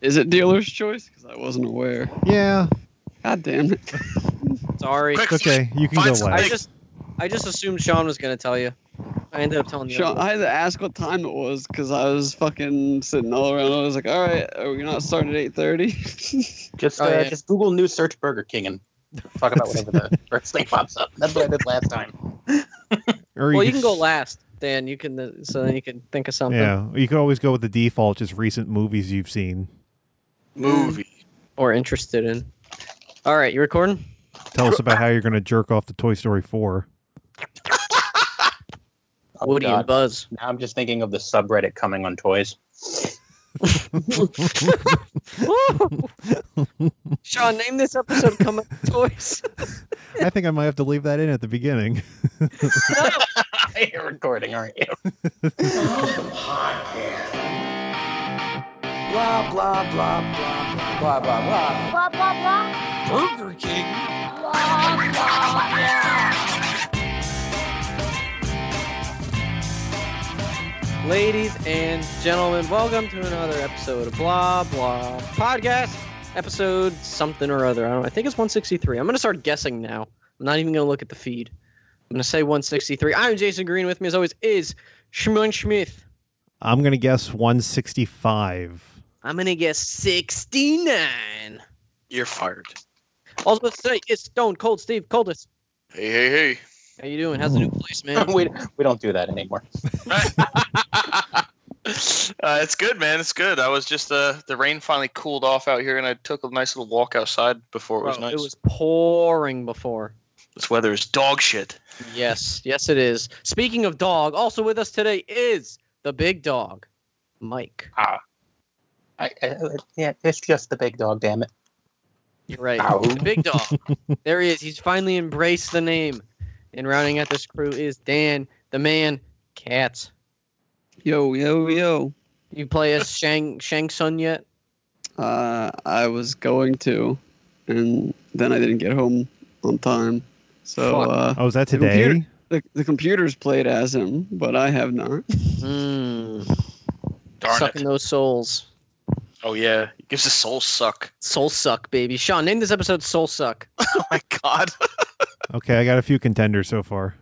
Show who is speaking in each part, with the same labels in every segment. Speaker 1: Is it dealer's choice? Because I wasn't aware.
Speaker 2: Yeah,
Speaker 1: God damn it.
Speaker 3: Sorry.
Speaker 4: Quick,
Speaker 2: it's okay. You can
Speaker 4: Find
Speaker 2: go
Speaker 4: some-
Speaker 3: I
Speaker 2: last.
Speaker 3: just I just assumed Sean was gonna tell you. I ended up telling you.
Speaker 1: Sean, I had to ask what time it was because I was fucking sitting all around. I was like, all right, are we not starting at 8.30?
Speaker 4: Just
Speaker 3: Oh,
Speaker 4: uh,
Speaker 3: yeah.
Speaker 4: just Google new search Burger King and talk about whatever the first thing pops up. That's what I did last time.
Speaker 2: Or
Speaker 3: well,
Speaker 2: you
Speaker 3: you
Speaker 2: could
Speaker 3: can go
Speaker 2: s-
Speaker 3: last, Dan. You can uh, so then you can think of something
Speaker 2: Yeah, you can always go with the default, just recent movies you've seen.
Speaker 4: Movie.
Speaker 3: or interested in. All right, you recording?
Speaker 2: Tell us about how you're going to jerk off the Toy Story 4.
Speaker 4: Oh,
Speaker 3: Woody
Speaker 4: God.
Speaker 3: and Buzz.
Speaker 4: Now I'm just thinking of the subreddit coming on toys.
Speaker 3: Sean, name this episode "Come Up Toys."
Speaker 2: I think I might have to leave that in at the beginning.
Speaker 4: You're recording, aren't you?
Speaker 5: Blah, blah, blah, blah, blah, blah, blah.
Speaker 6: Blah, blah, blah.
Speaker 5: Burger King.
Speaker 3: Ladies and gentlemen, welcome to another episode of Blah Blah Podcast. Episode something or other. I don't. I think it's 163. I'm gonna start guessing now. I'm not even gonna look at the feed. I'm gonna say 163. I'm Jason Green. With me, as always, is Shimon Smith.
Speaker 2: I'm going to guess 165.
Speaker 3: I'm gonna guess 69.
Speaker 7: You're fired.
Speaker 3: Also today is Stone Cold Steve Coldest.
Speaker 7: Hey, hey, hey.
Speaker 3: How you doing? How's the new place, man?
Speaker 4: we, we don't do that anymore.
Speaker 7: uh, it's good, man. It's good. I was just uh, the rain finally cooled off out here, and I took a nice little walk outside before it was
Speaker 3: Bro,
Speaker 7: nice.
Speaker 3: It was pouring before.
Speaker 7: This weather is dog shit.
Speaker 3: Yes, yes, it is. Speaking of dog, also with us today is the big dog, Mike.
Speaker 4: I, I, yeah, it's just the big dog, damn it.
Speaker 3: You're right.
Speaker 4: Ow.
Speaker 3: The big dog. there he is. He's finally embraced the name. And rounding out this crew is Dan, the man, Cats.
Speaker 1: yo, yo, yo.
Speaker 3: You play as Shang Shang Sun yet?
Speaker 1: Uh, I was going to, and then I didn't get home on time. So
Speaker 3: Fuck.
Speaker 1: uh,
Speaker 2: Oh, is that
Speaker 1: The computer-
Speaker 2: today?
Speaker 1: the, the computer's played as him, but I have not.
Speaker 3: Mm,
Speaker 7: Darn
Speaker 3: sucking
Speaker 7: it.
Speaker 3: those souls.
Speaker 7: Oh, yeah. It gives a soul suck.
Speaker 3: Soul suck, baby. Sean, name this episode Soul Suck.
Speaker 7: Oh, my God.
Speaker 2: Okay, I got a few contenders so far.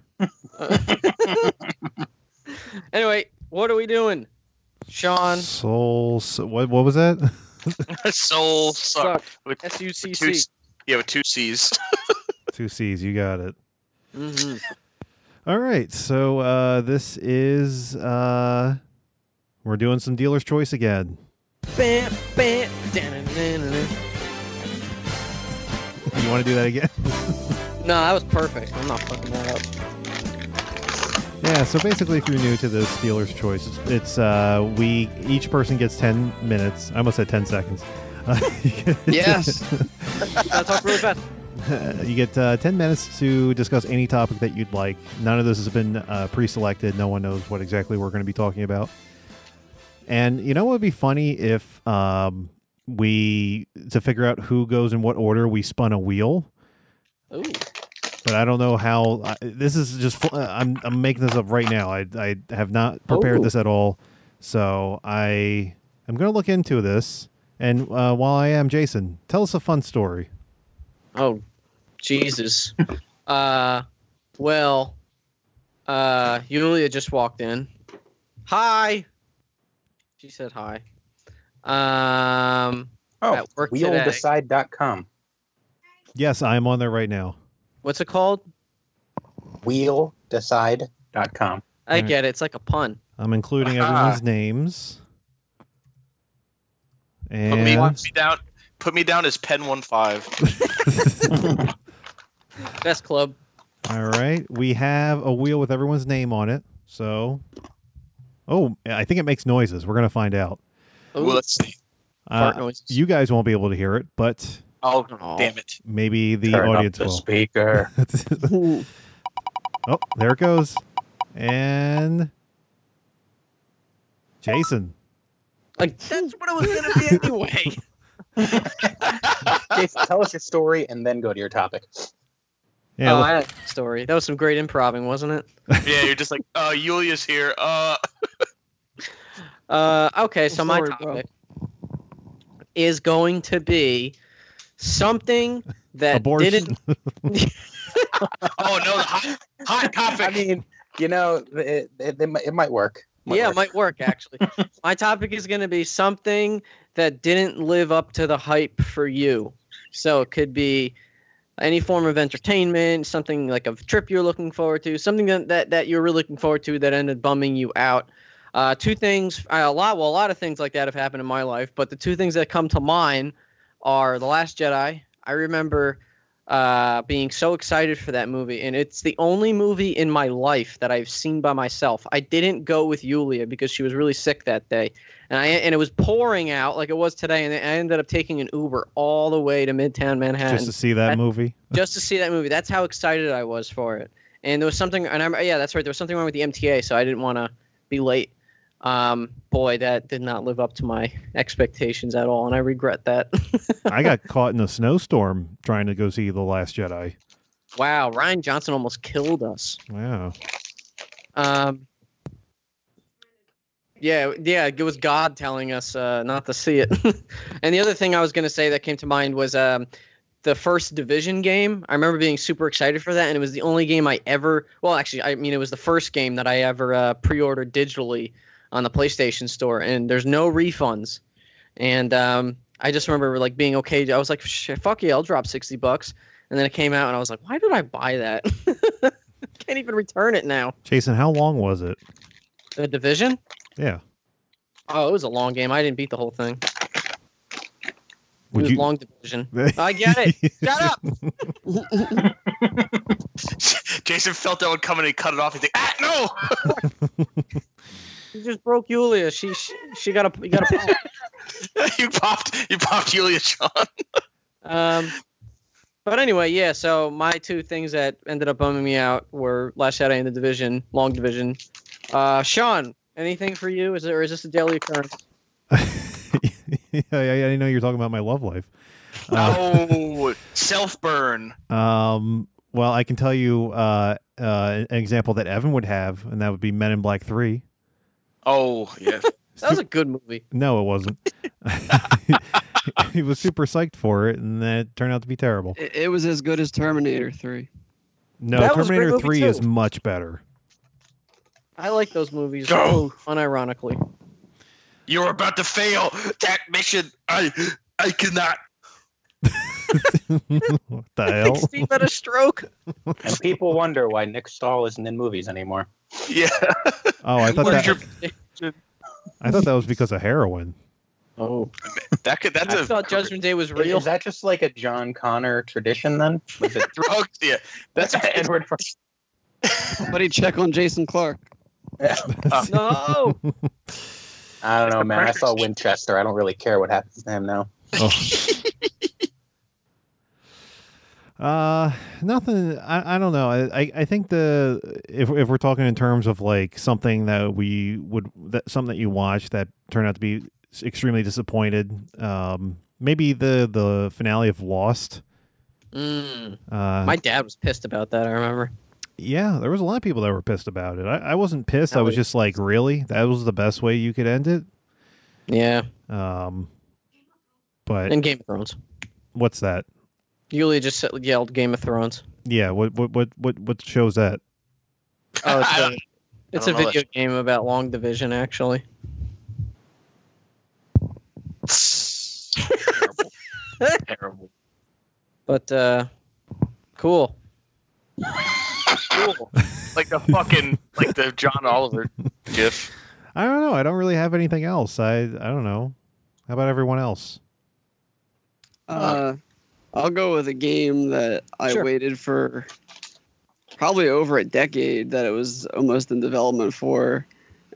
Speaker 3: Anyway, what are we doing? Sean
Speaker 2: Soul. So, what, what was that?
Speaker 7: soul suck. With,
Speaker 3: S U C
Speaker 7: with two,
Speaker 3: C.
Speaker 7: C- yeah, with two C's.
Speaker 2: Two C's. You got it.
Speaker 3: Mhm.
Speaker 2: All right. So uh, this is. Uh, we're doing some dealer's choice again.
Speaker 3: Bam, bam, da-na-na-na-na.
Speaker 2: You want to do that again?
Speaker 3: No, that was perfect. I'm not fucking that up.
Speaker 2: Yeah, so basically, if you're new to this dealer's choice, it's, it's uh, we each person gets 10 minutes. I almost said 10 seconds. Uh, you get-
Speaker 1: Yes.
Speaker 3: I talk really fast.
Speaker 2: you get uh, 10 minutes to discuss any topic that you'd like. None of this has been uh, pre selected. No one knows what exactly we're going to be talking about. And you know what would be funny if um, we, to figure out who goes in what order, we spun a wheel?
Speaker 3: Ooh.
Speaker 2: But I don't know how. I, this is just. fl- uh, I'm I'm making this up right now. I I have not prepared
Speaker 3: Oh.
Speaker 2: this at all, so I I'm gonna look into this. And uh, while I am, Jason, tell us a fun story.
Speaker 3: Oh, Jesus. uh, well, uh, Yulia just walked in. Hi. She said hi. Um,
Speaker 4: Oh,
Speaker 3: at work today.
Speaker 4: wheeldecide.com.
Speaker 2: Yes, I am on there right now.
Speaker 3: What's it called?
Speaker 4: Wheeldecide.com.
Speaker 3: I
Speaker 2: Alright.
Speaker 3: get it. It's like a pun.
Speaker 2: I'm including
Speaker 7: Aha.
Speaker 2: everyone's names.
Speaker 7: Put me,
Speaker 2: And
Speaker 7: put me down. Put me down as Pen One Five.
Speaker 3: Best club.
Speaker 2: all right, we have a wheel with everyone's name on it. So, oh, I think it makes noises. We're gonna find out.
Speaker 3: Ooh,
Speaker 7: Well, let's see.
Speaker 3: fart
Speaker 2: Uh,
Speaker 3: noises.
Speaker 2: you guys won't be able to hear it, but
Speaker 7: Oh,
Speaker 3: Aw.
Speaker 7: damn it.
Speaker 2: maybe the
Speaker 4: Turn up
Speaker 2: audience
Speaker 4: the
Speaker 2: will.
Speaker 4: speaker.
Speaker 2: oh, there it goes. And Jason.
Speaker 3: Like, that's what it was going to be anyway.
Speaker 4: Jason, tell us your story and then go to your topic.
Speaker 2: Yeah,
Speaker 3: oh,
Speaker 2: look-
Speaker 3: I had a story. That was some great improving, wasn't it?
Speaker 7: Yeah, you're just like, uh, Yulia's here. Uh,
Speaker 3: Uh, okay, so my
Speaker 1: sorry, bro.
Speaker 3: topic is going to be something that
Speaker 2: Abortion.
Speaker 3: didn't.
Speaker 7: Oh no, the hot, hot topic.
Speaker 4: I mean, you know, it, it, it, might- it might work. Might
Speaker 3: yeah,
Speaker 4: work.
Speaker 3: it might work actually. My topic is going to be something that didn't live up to the hype for you. So it could be any form of entertainment, something like a trip you're looking forward to, something that that, that you're really looking forward to that ended bumming you out. Uh, two things, uh, a lot, well, a lot of things like that have happened in my life, but the two things that come to mind are The Last Jedi. I remember uh, being so excited for that movie, and it's the only movie in my life that I've seen by myself. I didn't go with Yulia because she was really sick that day, and I and it was pouring out like it was today, and I ended up taking an Uber all the way to Midtown Manhattan
Speaker 2: just to see that
Speaker 3: That-
Speaker 2: movie.
Speaker 3: just to see that movie. That's how excited I was for it. And there was something, and I'm yeah, that's right. There was something wrong with the MTA, so I didn't want to be late. Um, boy, that did not live up to my expectations at all, and I regret that.
Speaker 2: I got caught in a snowstorm trying to go see The Last Jedi.
Speaker 3: wow, Ryan Johnson almost killed us.
Speaker 2: Wow.
Speaker 3: Um, yeah, yeah, it was God telling us uh, not to see it. and the other thing I was going to say that came to mind was um, the first division game. I remember being super excited for that, and it was the only game I ever. Well, actually, I mean, it was the first game that I ever uh, pre-ordered digitally on the PlayStation Store, and there's no refunds. And um, I just remember like being okay. I was like, Shit, "Fuck yeah, I'll drop sixty bucks." And then it came out, and I was like, "Why did I buy that?" Can't even return it now.
Speaker 2: Jason, how long was it?
Speaker 3: The division?
Speaker 2: Yeah.
Speaker 3: Oh, it was a long game. I didn't beat the whole thing. It
Speaker 2: Would
Speaker 3: was
Speaker 2: you?
Speaker 3: long division. I get it. Shut up.
Speaker 7: Jason felt that one coming and he cut it off. He's like, ah, no.
Speaker 3: You just broke Yulia. She she, she got a you got a.
Speaker 7: you popped you popped Julia Sean.
Speaker 3: um, but anyway, yeah. So my two things that ended up bumming me out were Last Shadow and the Division, Long Division. Uh, Sean, anything for you? Is there or is this a daily occurrence?
Speaker 2: yeah, I, I didn't know you were talking about my love life. Uh,
Speaker 7: Oh, self burn.
Speaker 2: um, well, I can tell you uh, uh, an example that Evan would have, and that would be Men in Black Three.
Speaker 7: Oh yeah.
Speaker 3: That was a good movie.
Speaker 2: No, it wasn't. he was super psyched for it, and that turned out to be terrible.
Speaker 1: It, it was as good as Terminator 3.
Speaker 2: No,
Speaker 3: That was a great
Speaker 2: Terminator
Speaker 3: movie,
Speaker 2: Three
Speaker 3: too.
Speaker 2: is much better.
Speaker 3: I like those movies.
Speaker 7: Go.
Speaker 3: Unironically.
Speaker 7: You're about to fail that mission. I I cannot.
Speaker 2: what the hell?
Speaker 3: Steve had a stroke.
Speaker 4: And people wonder why Nick Stahl isn't in movies anymore.
Speaker 7: Yeah.
Speaker 2: Oh, I thought
Speaker 7: Where's
Speaker 2: that
Speaker 7: your-
Speaker 2: I thought that was because of heroin.
Speaker 4: Oh,
Speaker 7: that could that's
Speaker 3: I
Speaker 7: a
Speaker 3: thought Judgment Day was real.
Speaker 4: is that just like a John Connor tradition then? Was it
Speaker 7: drugs. Yeah. That's a,
Speaker 4: Edward? Fur-
Speaker 1: Somebody check on Jason Clark.
Speaker 3: Uh, no.
Speaker 4: I don't know,
Speaker 7: the
Speaker 4: man. I
Speaker 7: pressure
Speaker 4: saw
Speaker 7: is-
Speaker 4: Winchester. I don't really care what happens to him now.
Speaker 2: Oh. uh, nothing. I, I don't know. I, I, I think the if if we're talking in terms of like something that we would that something that you watch that turned out to be extremely disappointed. Um, maybe the the finale of Lost.
Speaker 3: Mm.
Speaker 2: Uh,
Speaker 3: My dad was pissed about that. I remember.
Speaker 2: yeah, there was a lot of people that were pissed about it. I, I wasn't pissed. I was
Speaker 3: Really?
Speaker 2: just like, really, that was the best way you could end it.
Speaker 3: Yeah,
Speaker 2: Um, but
Speaker 3: and Game of Thrones.
Speaker 2: what's that?
Speaker 3: Yulia just said- yelled Game of Thrones.
Speaker 2: Yeah, what what what what what shows that?
Speaker 3: Oh, it's
Speaker 7: I
Speaker 3: a,
Speaker 7: don't-
Speaker 3: it's
Speaker 7: I
Speaker 3: a
Speaker 7: don't know
Speaker 3: video game about long division, actually.
Speaker 7: terrible. terrible.
Speaker 3: But uh, cool.
Speaker 7: Cool. Like the fucking like the John Oliver gif.
Speaker 2: I don't know. I don't really have anything else. I I don't know. How about everyone else?
Speaker 1: Uh, I'll go with a game that I
Speaker 3: Sure.
Speaker 1: waited for probably over a decade that it was almost in development for.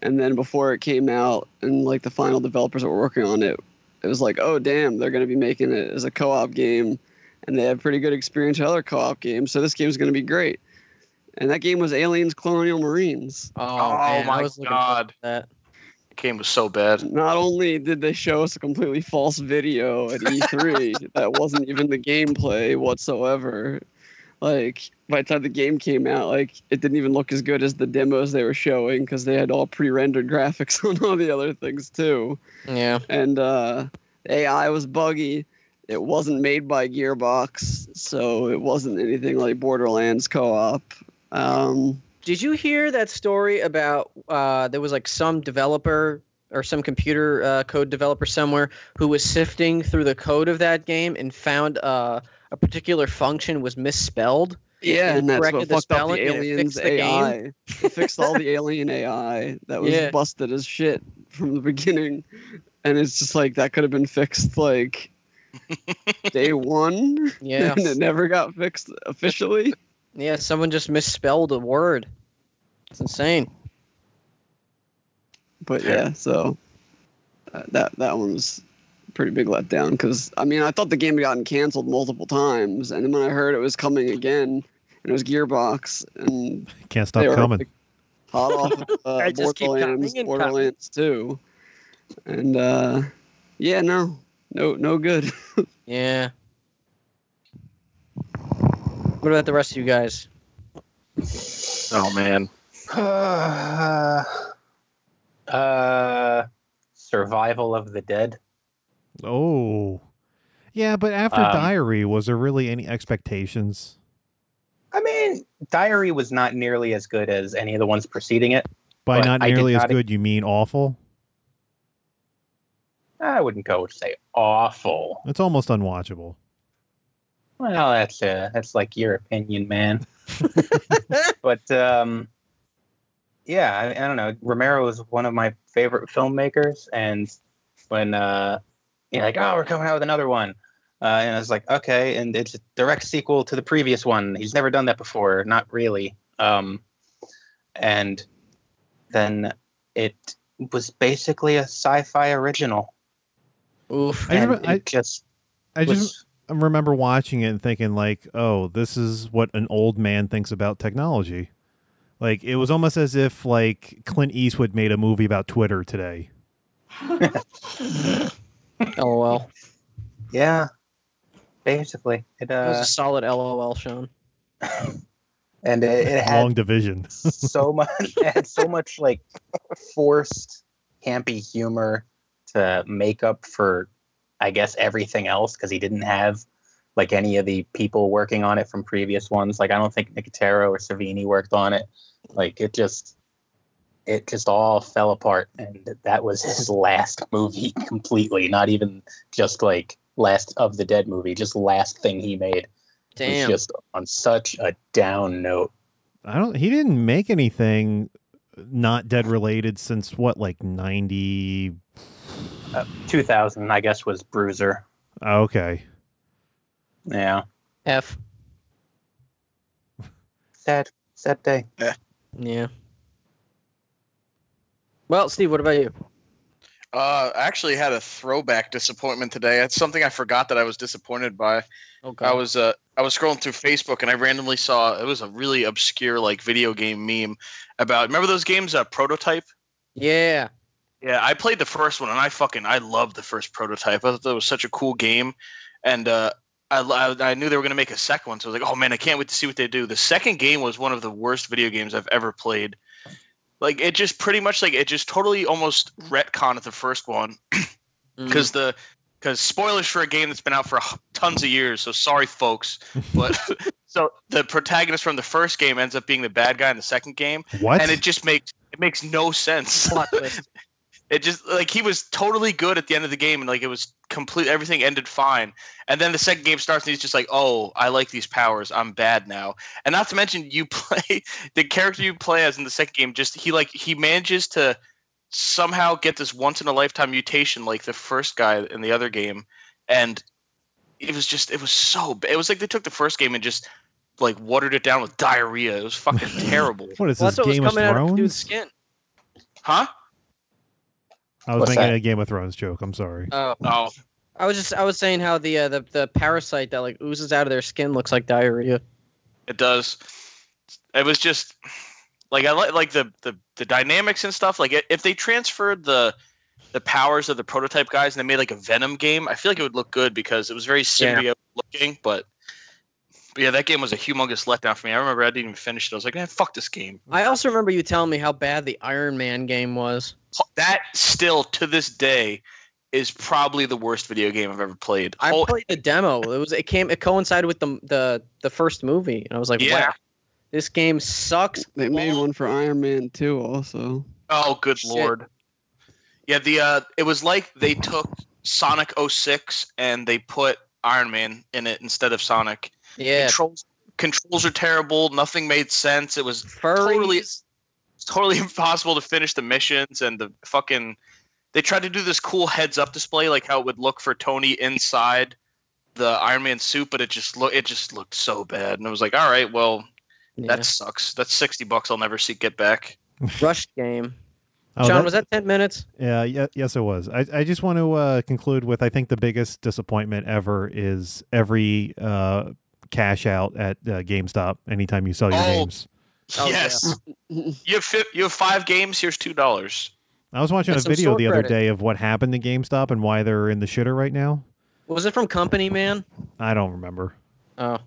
Speaker 1: And then before it came out, and like the final developers that were working on it, it was like, oh, damn, they're going to be making it as a co op game. And they have pretty good experience with other co op games. So this game's going to be great. And that game was Aliens Colonial Marines.
Speaker 3: Oh,
Speaker 7: Oh,
Speaker 3: man, I
Speaker 7: my
Speaker 3: was looking forward
Speaker 7: god.
Speaker 3: to that.
Speaker 7: The game was so bad.
Speaker 1: not only did they show us a completely false video at E3 that wasn't even the gameplay whatsoever, like by the time the game came out, like it didn't even look as good as the demos they were showing because they had all pre-rendered graphics on all the other things too.
Speaker 3: Yeah.
Speaker 1: And uh, AI was buggy. It wasn't made by Gearbox, so it wasn't anything like Borderlands co-op. Um,
Speaker 3: Did you hear that story about uh, there was like some developer or some computer uh, code developer somewhere who was sifting through the code of that game and found uh, a particular function was misspelled?
Speaker 1: yeah, and that's what
Speaker 3: corrected the
Speaker 1: fucked up the
Speaker 3: spelling and it
Speaker 1: aliens
Speaker 3: fixed the game?
Speaker 1: AI. It fixed all the alien AI that was
Speaker 3: Yeah.
Speaker 1: busted as shit from the beginning, and it's just like that could have been fixed like day one,
Speaker 3: Yeah,
Speaker 1: and it never got fixed officially.
Speaker 3: yeah. Someone just misspelled a word. It's insane.
Speaker 1: but yeah, so uh, that that one was a pretty big letdown because I mean I thought the game had gotten canceled multiple times, and then when I heard it was coming again, and it was Gearbox, and
Speaker 2: Can't stop
Speaker 1: they were,
Speaker 2: coming.
Speaker 1: like, hot off of, uh,
Speaker 3: I just keep
Speaker 1: Borderlands,
Speaker 3: coming and
Speaker 1: Borderlands Two, and uh, yeah, no, no, no good.
Speaker 3: Yeah. What about the rest of you guys?
Speaker 7: Oh man.
Speaker 4: Uh, uh, Survival of the Dead.
Speaker 2: Oh, yeah, but after
Speaker 4: Um,
Speaker 2: Diary, was there really any expectations?
Speaker 4: I mean, Diary was not nearly as good as any of the ones preceding it.
Speaker 2: By
Speaker 4: but
Speaker 2: not
Speaker 4: I did
Speaker 2: nearly as
Speaker 4: not- e-
Speaker 2: good, you mean awful?
Speaker 4: I wouldn't go to say awful.
Speaker 2: It's almost unwatchable.
Speaker 4: Well, that's uh, that's like your opinion, man. but um, yeah, I, I don't know. Romero is one of my favorite filmmakers, and when uh, you're like, oh, we're coming out with another one, uh, and I was like, okay, and it's a direct sequel to the previous one. He's never done that before, not really. Um, and then it was basically a sci-fi original,
Speaker 3: Oof.
Speaker 2: I
Speaker 4: and
Speaker 2: remember- I-
Speaker 4: it just
Speaker 2: I
Speaker 4: was.
Speaker 2: just remember watching it and thinking like, "Oh, this is what an old man thinks about technology." Like it was almost as if like Clint Eastwood made a movie about Twitter today.
Speaker 3: LOL.
Speaker 4: Yeah, basically it.
Speaker 3: That was
Speaker 4: Uh,
Speaker 3: a solid LOL, Sean.
Speaker 4: and it, it
Speaker 2: Long
Speaker 4: had
Speaker 2: division.
Speaker 4: so much. It had so much like forced campy humor to make up for, I guess, everything else because he didn't have like any of the people working on it from previous ones. Like I don't think Nicotero or Savini worked on it. Like it just. It just all fell apart, and that was his last movie completely. Not even just like last of the dead movie, just last thing he made was
Speaker 3: Damn.
Speaker 4: just on such a down note.
Speaker 2: I don't. He didn't make anything uh, not dead related since what like ninety.
Speaker 4: 2000, I guess, was Bruiser.
Speaker 2: Okay,
Speaker 4: Yeah,
Speaker 3: F.
Speaker 4: sad, sad day.
Speaker 3: Yeah. Well, Steve, what about you?
Speaker 7: Uh, I actually had a throwback disappointment today. It's something I forgot that I was disappointed by.
Speaker 3: Oh
Speaker 7: I was uh, I was scrolling through Facebook and I randomly saw it was a really obscure like video game meme about remember those games uh, prototype.
Speaker 3: Yeah.
Speaker 7: Yeah, I played the first one and I fucking I loved the first prototype. I thought that was such a cool game, and uh, I, lo- I I knew they were gonna make a second one, so I was like, oh man, I can't wait to see what they do. The second game was one of the worst video games I've ever played. Like it just pretty much like it just totally almost retconned the first one
Speaker 3: Mm.
Speaker 7: because the because spoilers for a game that's been out for h- tons of years. So sorry, folks, but so the protagonist from the first game ends up being the bad guy in the second game,
Speaker 2: what?
Speaker 7: and it just makes it makes no sense
Speaker 3: plot twist.
Speaker 7: it just like he was totally good at the end of the game and like it was complete everything ended fine and then the second game starts and he's just like oh i like these powers i'm bad now and not to mention you play the character you play as in the second game just he like he manages to somehow get this once in a lifetime mutation like the first guy in the other game and it was just it was so b- it was like they took the first game and just like watered it down with diarrhea it was fucking terrible
Speaker 2: what is
Speaker 3: Well,
Speaker 2: this
Speaker 3: that's what was
Speaker 2: Game of
Speaker 3: coming out of dude's
Speaker 2: Thrones?
Speaker 3: skin.
Speaker 7: huh
Speaker 2: I was
Speaker 4: What's
Speaker 2: making
Speaker 4: that?
Speaker 2: a Game of Thrones joke. I'm sorry.
Speaker 3: Oh,
Speaker 7: oh
Speaker 3: I was just I was saying how the uh, the the parasite that like oozes out of their skin looks like diarrhea.
Speaker 7: It does. It was just like I like like the, the the dynamics and stuff. Like i- if they transferred the the powers of the prototype guys and they made like a Venom game, I feel like it would look good because it was very
Speaker 3: Yeah.
Speaker 7: symbiote looking. But, but yeah, that game was a humongous letdown for me. I remember I didn't even finish it. I was like, man, fuck this game.
Speaker 3: I also remember you telling me how bad the Iron Man game was.
Speaker 7: That still to this day is probably the worst video game I've ever played.
Speaker 3: I
Speaker 7: Oh,
Speaker 3: played the demo. It was it came it coincided with the the the first movie, and I was like,
Speaker 7: Yeah.
Speaker 3: wow, this game sucks.
Speaker 1: They made one for Iron Man 2 also.
Speaker 7: Oh, good
Speaker 3: Shit.
Speaker 7: lord. Yeah, the uh, it was like they took Sonic 06 and they put Iron Man in it instead of Sonic.
Speaker 3: Yeah,
Speaker 7: Controls controls are terrible. Nothing made sense. It was
Speaker 3: furries.
Speaker 7: totally- totally impossible to finish the missions and the fucking. They tried to do this cool heads up display, like how it would look for Tony inside the Iron Man suit, but it just look it just looked so bad, and I was like, all right, well,
Speaker 3: Yeah.
Speaker 7: that sucks. That's sixty bucks I'll never see get back.
Speaker 3: rush game.
Speaker 2: Oh,
Speaker 3: John,
Speaker 2: that-
Speaker 3: was that ten minutes?
Speaker 2: Yeah, yeah, yes, it was. I, I just want to uh, conclude with I think the biggest disappointment ever is every uh, cash out at uh, GameStop anytime you sell your
Speaker 7: Oh.
Speaker 2: games.
Speaker 3: Oh, yeah.
Speaker 7: yes, you have fi- you have five games. Here's two dollars.
Speaker 2: I was watching
Speaker 3: Get
Speaker 2: a
Speaker 3: some
Speaker 2: video
Speaker 3: store
Speaker 2: the other
Speaker 3: credit.
Speaker 2: day of what happened to GameStop and why they're in the shitter right now.
Speaker 3: Was it from Company Man?
Speaker 2: I don't remember.
Speaker 3: Oh,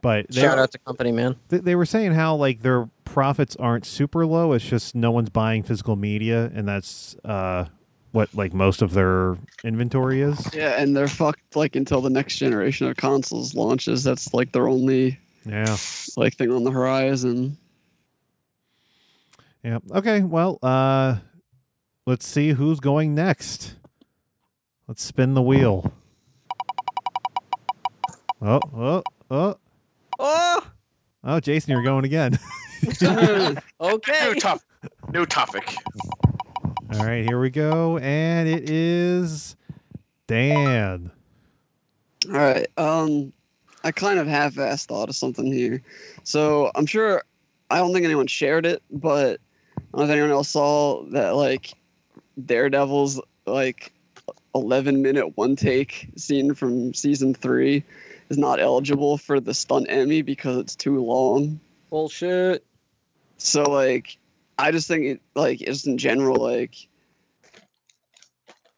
Speaker 2: But they,
Speaker 3: shout out to Company Man.
Speaker 2: they, they were saying how like their profits aren't super low. It's just no one's buying physical media, and that's uh, what like most of their inventory is.
Speaker 1: Yeah, and they're fucked like until the next generation of consoles launches. That's like their only
Speaker 2: Yeah.
Speaker 1: like thing on the horizon.
Speaker 2: Yeah. Okay. Well, uh, let's see who's going next. Let's spin the wheel. Oh, oh, oh,
Speaker 3: Oh,
Speaker 2: oh, Jason, you're going again.
Speaker 3: okay.
Speaker 7: New topic. New topic.
Speaker 2: All right, here we go. And it is Dan.
Speaker 1: All right. Um, I kind of half-assed thought of something here, so I'm sure I don't think anyone shared it, but I don't know if anyone else saw that like Daredevil's like 11 minute one take scene from season three is not eligible for the stunt Emmy because it's too long.
Speaker 3: Bullshit.
Speaker 1: So like, I just think it like just in general like,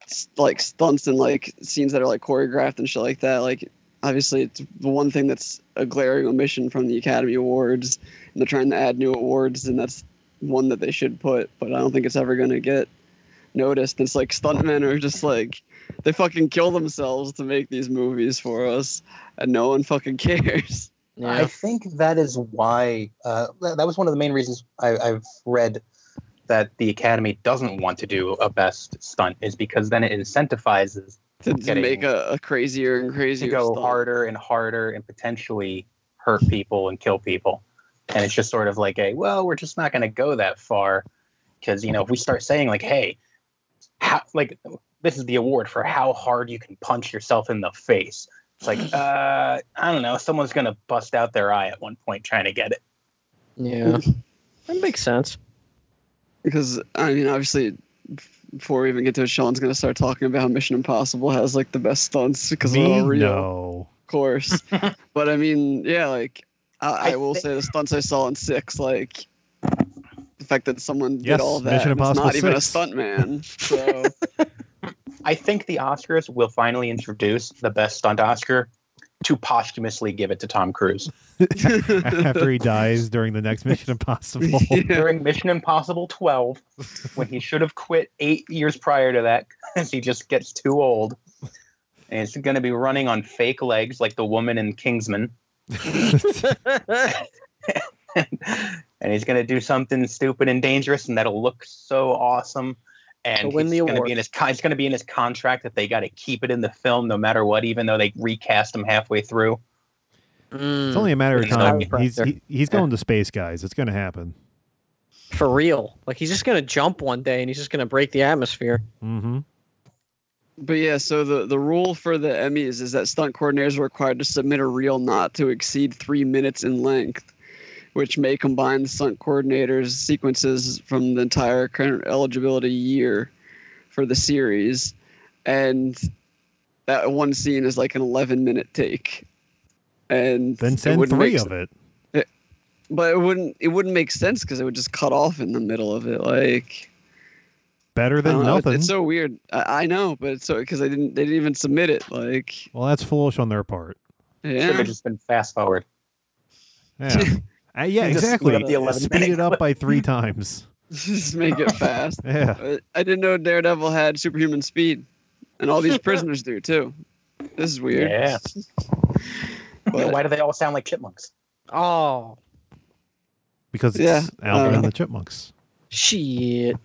Speaker 1: s- like stunts and like scenes that are like choreographed and shit like that. Like, obviously it's the one thing that's a glaring omission from the Academy Awards, and they're trying to add new awards, and that's one that they should put. But I don't think it's ever gonna get noticed. It's like stuntmen are just like they fucking kill themselves to make these movies for us, and no one fucking cares.
Speaker 4: I
Speaker 3: Yeah.
Speaker 4: think that is why uh, that that was one of the main reasons I, I've read that the Academy doesn't want to do a best stunt is because then it incentivizes
Speaker 1: To, to
Speaker 4: Getting-
Speaker 1: make a, a crazier and
Speaker 4: to
Speaker 1: crazier
Speaker 4: go
Speaker 1: stunt.
Speaker 4: harder and harder and potentially hurt people and kill people. And it's just sort of like a well, we're just not going to go that far because you know if we start saying like, hey, how like this is the award for how hard you can punch yourself in the face. It's like uh, I don't know, someone's going to bust out their eye at one point trying to get it.
Speaker 3: Yeah. That makes sense.
Speaker 1: because I mean, obviously, before we even get to it, Sean's gonna start talking about how Mission Impossible has like the best stunts because they're
Speaker 2: Me?
Speaker 1: all real,
Speaker 2: No.
Speaker 1: of course. but I mean, yeah, like I, I,
Speaker 4: I
Speaker 1: will
Speaker 4: thi-
Speaker 1: say the stunts I saw in six, like the fact that someone
Speaker 2: Yes,
Speaker 1: did all that,
Speaker 2: Mission
Speaker 1: and it's
Speaker 2: Impossible
Speaker 1: not even a
Speaker 2: 6.
Speaker 1: stunt man. So
Speaker 4: I think the Oscars will finally introduce the best stunt Oscar to posthumously give it to Tom Cruise.
Speaker 2: After he dies during the next Mission Impossible.
Speaker 1: yeah.
Speaker 4: During Mission Impossible 12, when he should have quit eight years prior to that because he just gets too old. And it's going to be running on fake legs like the woman in Kingsman. and he's going to do something stupid and dangerous, and that'll look so awesome. And
Speaker 3: To win
Speaker 4: he's
Speaker 3: the
Speaker 4: going to
Speaker 3: award.
Speaker 4: be in his con- it's going to be in his contract that they got to keep it in the film no matter what, even though they recast him halfway through.
Speaker 2: It's
Speaker 3: Mm,
Speaker 2: only a matter of
Speaker 4: It's not
Speaker 2: time.
Speaker 4: a
Speaker 2: He's
Speaker 3: pressure.
Speaker 2: he, he's going to space, guys. It's going to happen.
Speaker 3: for real. Like he's just gonna jump one day and he's just gonna break the atmosphere.
Speaker 2: Mm-hmm.
Speaker 1: But yeah, so the the rule for the Emmys is that stunt coordinators are required to submit a reel not to exceed three minutes in length, which may combine the stunt coordinator's sequences from the entire current eligibility year for the series, and that one scene is like an eleven minute take. And
Speaker 2: Then send
Speaker 1: wouldn't
Speaker 2: three
Speaker 1: make
Speaker 2: of it.
Speaker 1: But it wouldn't it wouldn't make sense because it would just cut off in the middle of it, like.
Speaker 2: Better
Speaker 1: I
Speaker 2: than
Speaker 1: don't know,
Speaker 2: nothing.
Speaker 1: Uh, It's so weird. I, I know, but it's so because they didn't they didn't even submit it. Like
Speaker 2: well, that's foolish on their part.
Speaker 4: Should
Speaker 1: yeah,
Speaker 4: have just been fast forward.
Speaker 2: Yeah. Uh, yeah,
Speaker 4: Just
Speaker 2: exactly.
Speaker 4: split up the 11
Speaker 2: Speed it
Speaker 4: minute
Speaker 2: up by three times.
Speaker 1: just make it fast.
Speaker 2: Yeah.
Speaker 1: Uh, I didn't know Daredevil had superhuman speed. and all these prisoners do too. This is weird.
Speaker 4: Yeah.
Speaker 1: But-
Speaker 4: Why do they all sound like chipmunks?
Speaker 3: Oh
Speaker 2: because it's
Speaker 1: Yeah, uh,
Speaker 2: Alvin and the Chipmunks.
Speaker 3: shit!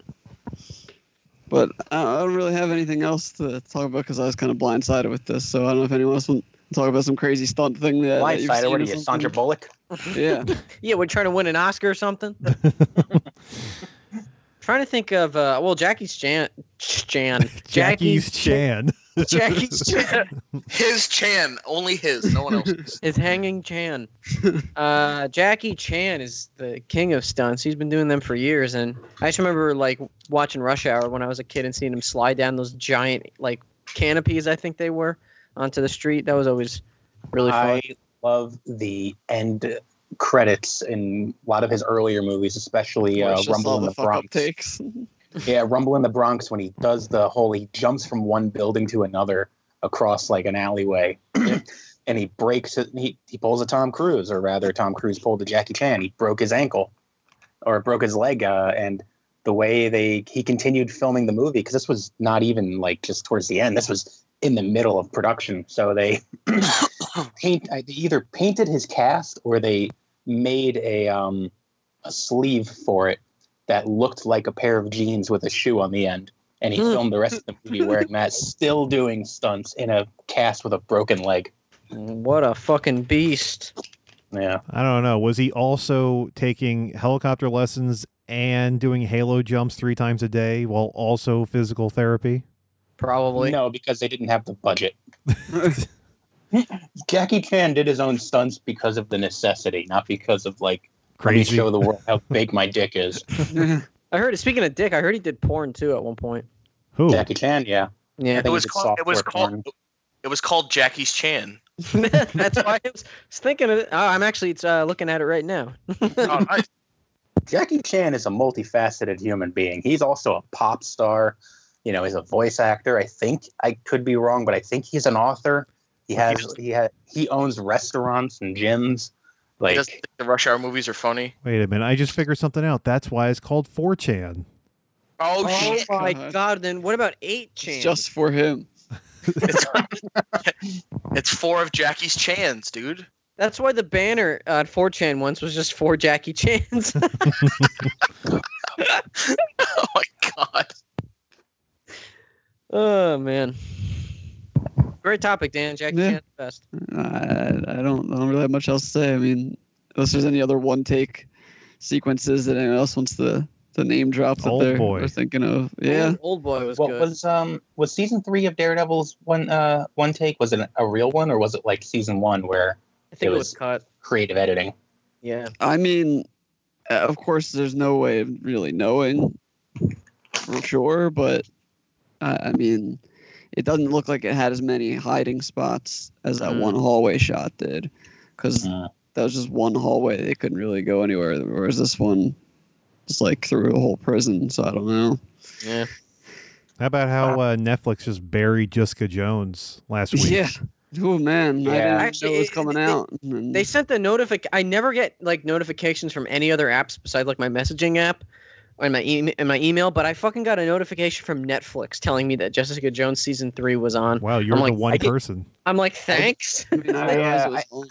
Speaker 1: But I I don't really have anything else to talk about because I was kind of blindsided with this. So I don't know if anyone else wants to talk about some crazy stunt thing that. that you've
Speaker 4: Blindsided.
Speaker 1: seen
Speaker 4: What
Speaker 1: or
Speaker 4: are you, Sandra
Speaker 1: something.
Speaker 4: Bullock?
Speaker 1: Yeah.
Speaker 3: Yeah, we're trying to win an Oscar or something. trying to think of uh, well, Jackie's Chan, Chan,
Speaker 2: Jackie's Chan.
Speaker 3: Jackie's Chan.
Speaker 7: His Chan, only his, no one else's.
Speaker 3: is hanging Chan. uh, Jackie Chan is the king of stunts. He's been doing them for years, and I just remember like watching Rush Hour when I was a kid and seeing him slide down those giant like canopies. I think they were onto the street. That was always really fun.
Speaker 4: I love the end credits in a lot of his earlier movies, especially
Speaker 1: Where
Speaker 4: uh,
Speaker 1: it's just
Speaker 4: Rumble
Speaker 1: all
Speaker 4: in the
Speaker 1: fuck up
Speaker 4: Bronx.
Speaker 1: takes.
Speaker 4: Yeah, Rumble in the Bronx when he does the whole he jumps from one building to another across like an alleyway. and he breaks it he, he pulls a Tom Cruise, or rather Tom Cruise pulled a Jackie Chan. He broke his ankle or broke his leg, uh, and the way they he continued filming the movie, because this was not even like just towards the end. This was in the middle of production. So they paint I- they either painted his cast or they made a um a sleeve for it that looked like a pair of jeans with a shoe on the end. And he
Speaker 3: Hmm.
Speaker 4: filmed the rest of the movie wearing that, still doing stunts in a cast with a broken leg.
Speaker 3: What a fucking beast!
Speaker 4: Yeah.
Speaker 2: I don't know. Was he also taking helicopter lessons and doing halo jumps three times a day while also physical therapy?
Speaker 3: Probably.
Speaker 4: No, because they didn't have the budget. Jackie Chan did his own stunts because of the necessity, not because of like let me
Speaker 2: Crazy.
Speaker 4: show the world how big my dick is.
Speaker 3: I heard. Speaking of dick, I heard he did porn too at one point.
Speaker 2: Who?
Speaker 4: Jackie Chan, yeah.
Speaker 3: Yeah,
Speaker 7: It
Speaker 4: think
Speaker 7: was
Speaker 4: it's
Speaker 7: called. It was
Speaker 4: software
Speaker 7: called.
Speaker 4: porn.
Speaker 7: It was called Jackie's Chan.
Speaker 3: that's why I was thinking of it. Oh, I'm actually it's, uh, looking at it right now.
Speaker 7: Oh, nice.
Speaker 4: Jackie Chan is a multifaceted human being. He's also a pop star. You know, he's a voice actor. I think I could be wrong, but I think he's an author. He has he ha he owns restaurants and gyms.
Speaker 7: He
Speaker 4: Like
Speaker 7: doesn't think the Rush Hour movies are funny.
Speaker 2: Wait a minute. I just figured something out. That's why it's called 4chan.
Speaker 7: Oh,
Speaker 3: Oh,
Speaker 7: shit!
Speaker 3: my
Speaker 1: God.
Speaker 3: god! Then what about eight
Speaker 1: It's
Speaker 3: chance?
Speaker 1: just for him.
Speaker 7: It's four of Jackie's Chans, dude.
Speaker 3: That's why the banner on 4chan once was just four Jackie Chans.
Speaker 7: Oh my god!
Speaker 3: oh man, great topic, Dan. Jackie
Speaker 1: Yeah.
Speaker 3: Chan's the best.
Speaker 1: I, I don't. I don't really have much else to say. I mean, unless there's any other one take sequences that anyone else wants to to name drop that
Speaker 2: Old
Speaker 1: they're,
Speaker 2: boy.
Speaker 1: they're thinking of. Yeah.
Speaker 3: Old, Old boy was
Speaker 4: what
Speaker 3: good.
Speaker 4: was um was season three of Daredevil's one uh one take? Was it a real one or was it like season one where
Speaker 3: I think
Speaker 4: it
Speaker 3: it was,
Speaker 4: was-
Speaker 3: cut.
Speaker 4: creative editing?
Speaker 3: Yeah.
Speaker 1: I mean, uh, of course, there's no way of really knowing for sure, but uh, I mean, it doesn't look like it had as many hiding spots as that
Speaker 3: Mm.
Speaker 1: one hallway shot did, because
Speaker 4: Mm.
Speaker 1: that was just one hallway. They couldn't really go anywhere, whereas this one just like through a whole prison. So I don't know.
Speaker 3: Yeah.
Speaker 2: How about how uh, Netflix just buried Jessica Jones last week?
Speaker 1: Yeah. Oh man, I
Speaker 4: Yeah.
Speaker 1: didn't
Speaker 3: Actually,
Speaker 1: know it was
Speaker 3: it-
Speaker 1: coming
Speaker 3: they-
Speaker 1: out. and-
Speaker 3: They sent the notific. I never get like notifications from any other apps besides like my messaging app and my e- and my email. But I fucking got a notification from Netflix telling me that Jessica Jones season three was on.
Speaker 2: Wow, you're
Speaker 3: I'm
Speaker 2: the
Speaker 3: like,
Speaker 2: one
Speaker 3: I get-
Speaker 2: person.
Speaker 3: I'm like, thanks.
Speaker 1: I mean, I,
Speaker 4: I,
Speaker 1: realized
Speaker 4: uh,
Speaker 1: it was
Speaker 4: I-
Speaker 1: on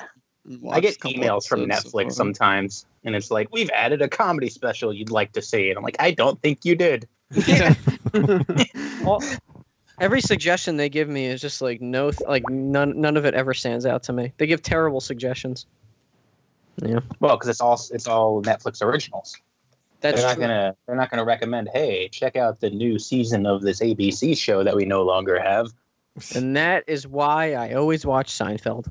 Speaker 1: and
Speaker 4: I
Speaker 1: watched a
Speaker 4: get
Speaker 1: couple
Speaker 4: emails from
Speaker 1: episodes so
Speaker 4: Netflix
Speaker 1: far.
Speaker 4: sometimes, and it's like, "We've added a comedy special you'd like to see," and I'm like, "I don't think you did."
Speaker 1: Yeah.
Speaker 3: All- every suggestion they give me is just like no, th- like none, none of it ever stands out to me. They give terrible suggestions.
Speaker 4: Well, because it's all it's all Netflix originals.
Speaker 3: That's
Speaker 4: they're not
Speaker 3: true.
Speaker 4: gonna they're not gonna recommend. Hey, check out the new season of this ABC show that we no longer have.
Speaker 3: and that is why I always watch Seinfeld.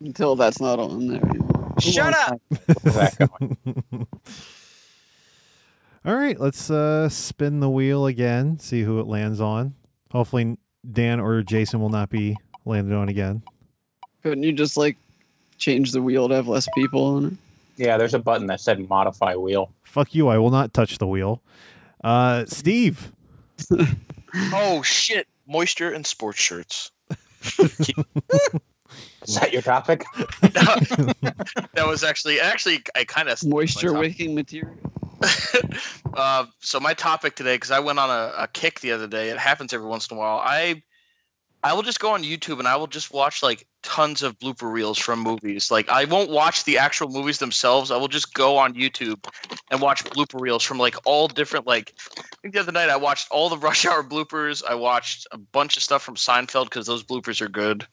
Speaker 1: Until that's not on there. anymore.
Speaker 3: Shut up.
Speaker 2: All right, let's uh, spin the wheel again, see who it lands on. Hopefully, Dan or Jason will not be landed on again.
Speaker 1: Couldn't you just like change the wheel to have less people on it?
Speaker 4: Yeah, there's a button that said modify wheel.
Speaker 2: Fuck you, I will not touch the wheel. Uh, Steve,
Speaker 7: Oh shit! Moisture and sports shirts.
Speaker 4: Is that your topic?
Speaker 7: That was actually actually I kind of
Speaker 1: Moisture wicking material.
Speaker 7: uh, so my topic today, because I went on a, a kick the other day. It happens every once in a while. I I will just go on YouTube and I will just watch like tons of blooper reels from movies. Like I won't watch the actual movies themselves. I will just go on YouTube and watch blooper reels from like all different like I think the other night I watched all the rush hour bloopers. I watched a bunch of stuff from Seinfeld because those bloopers are good.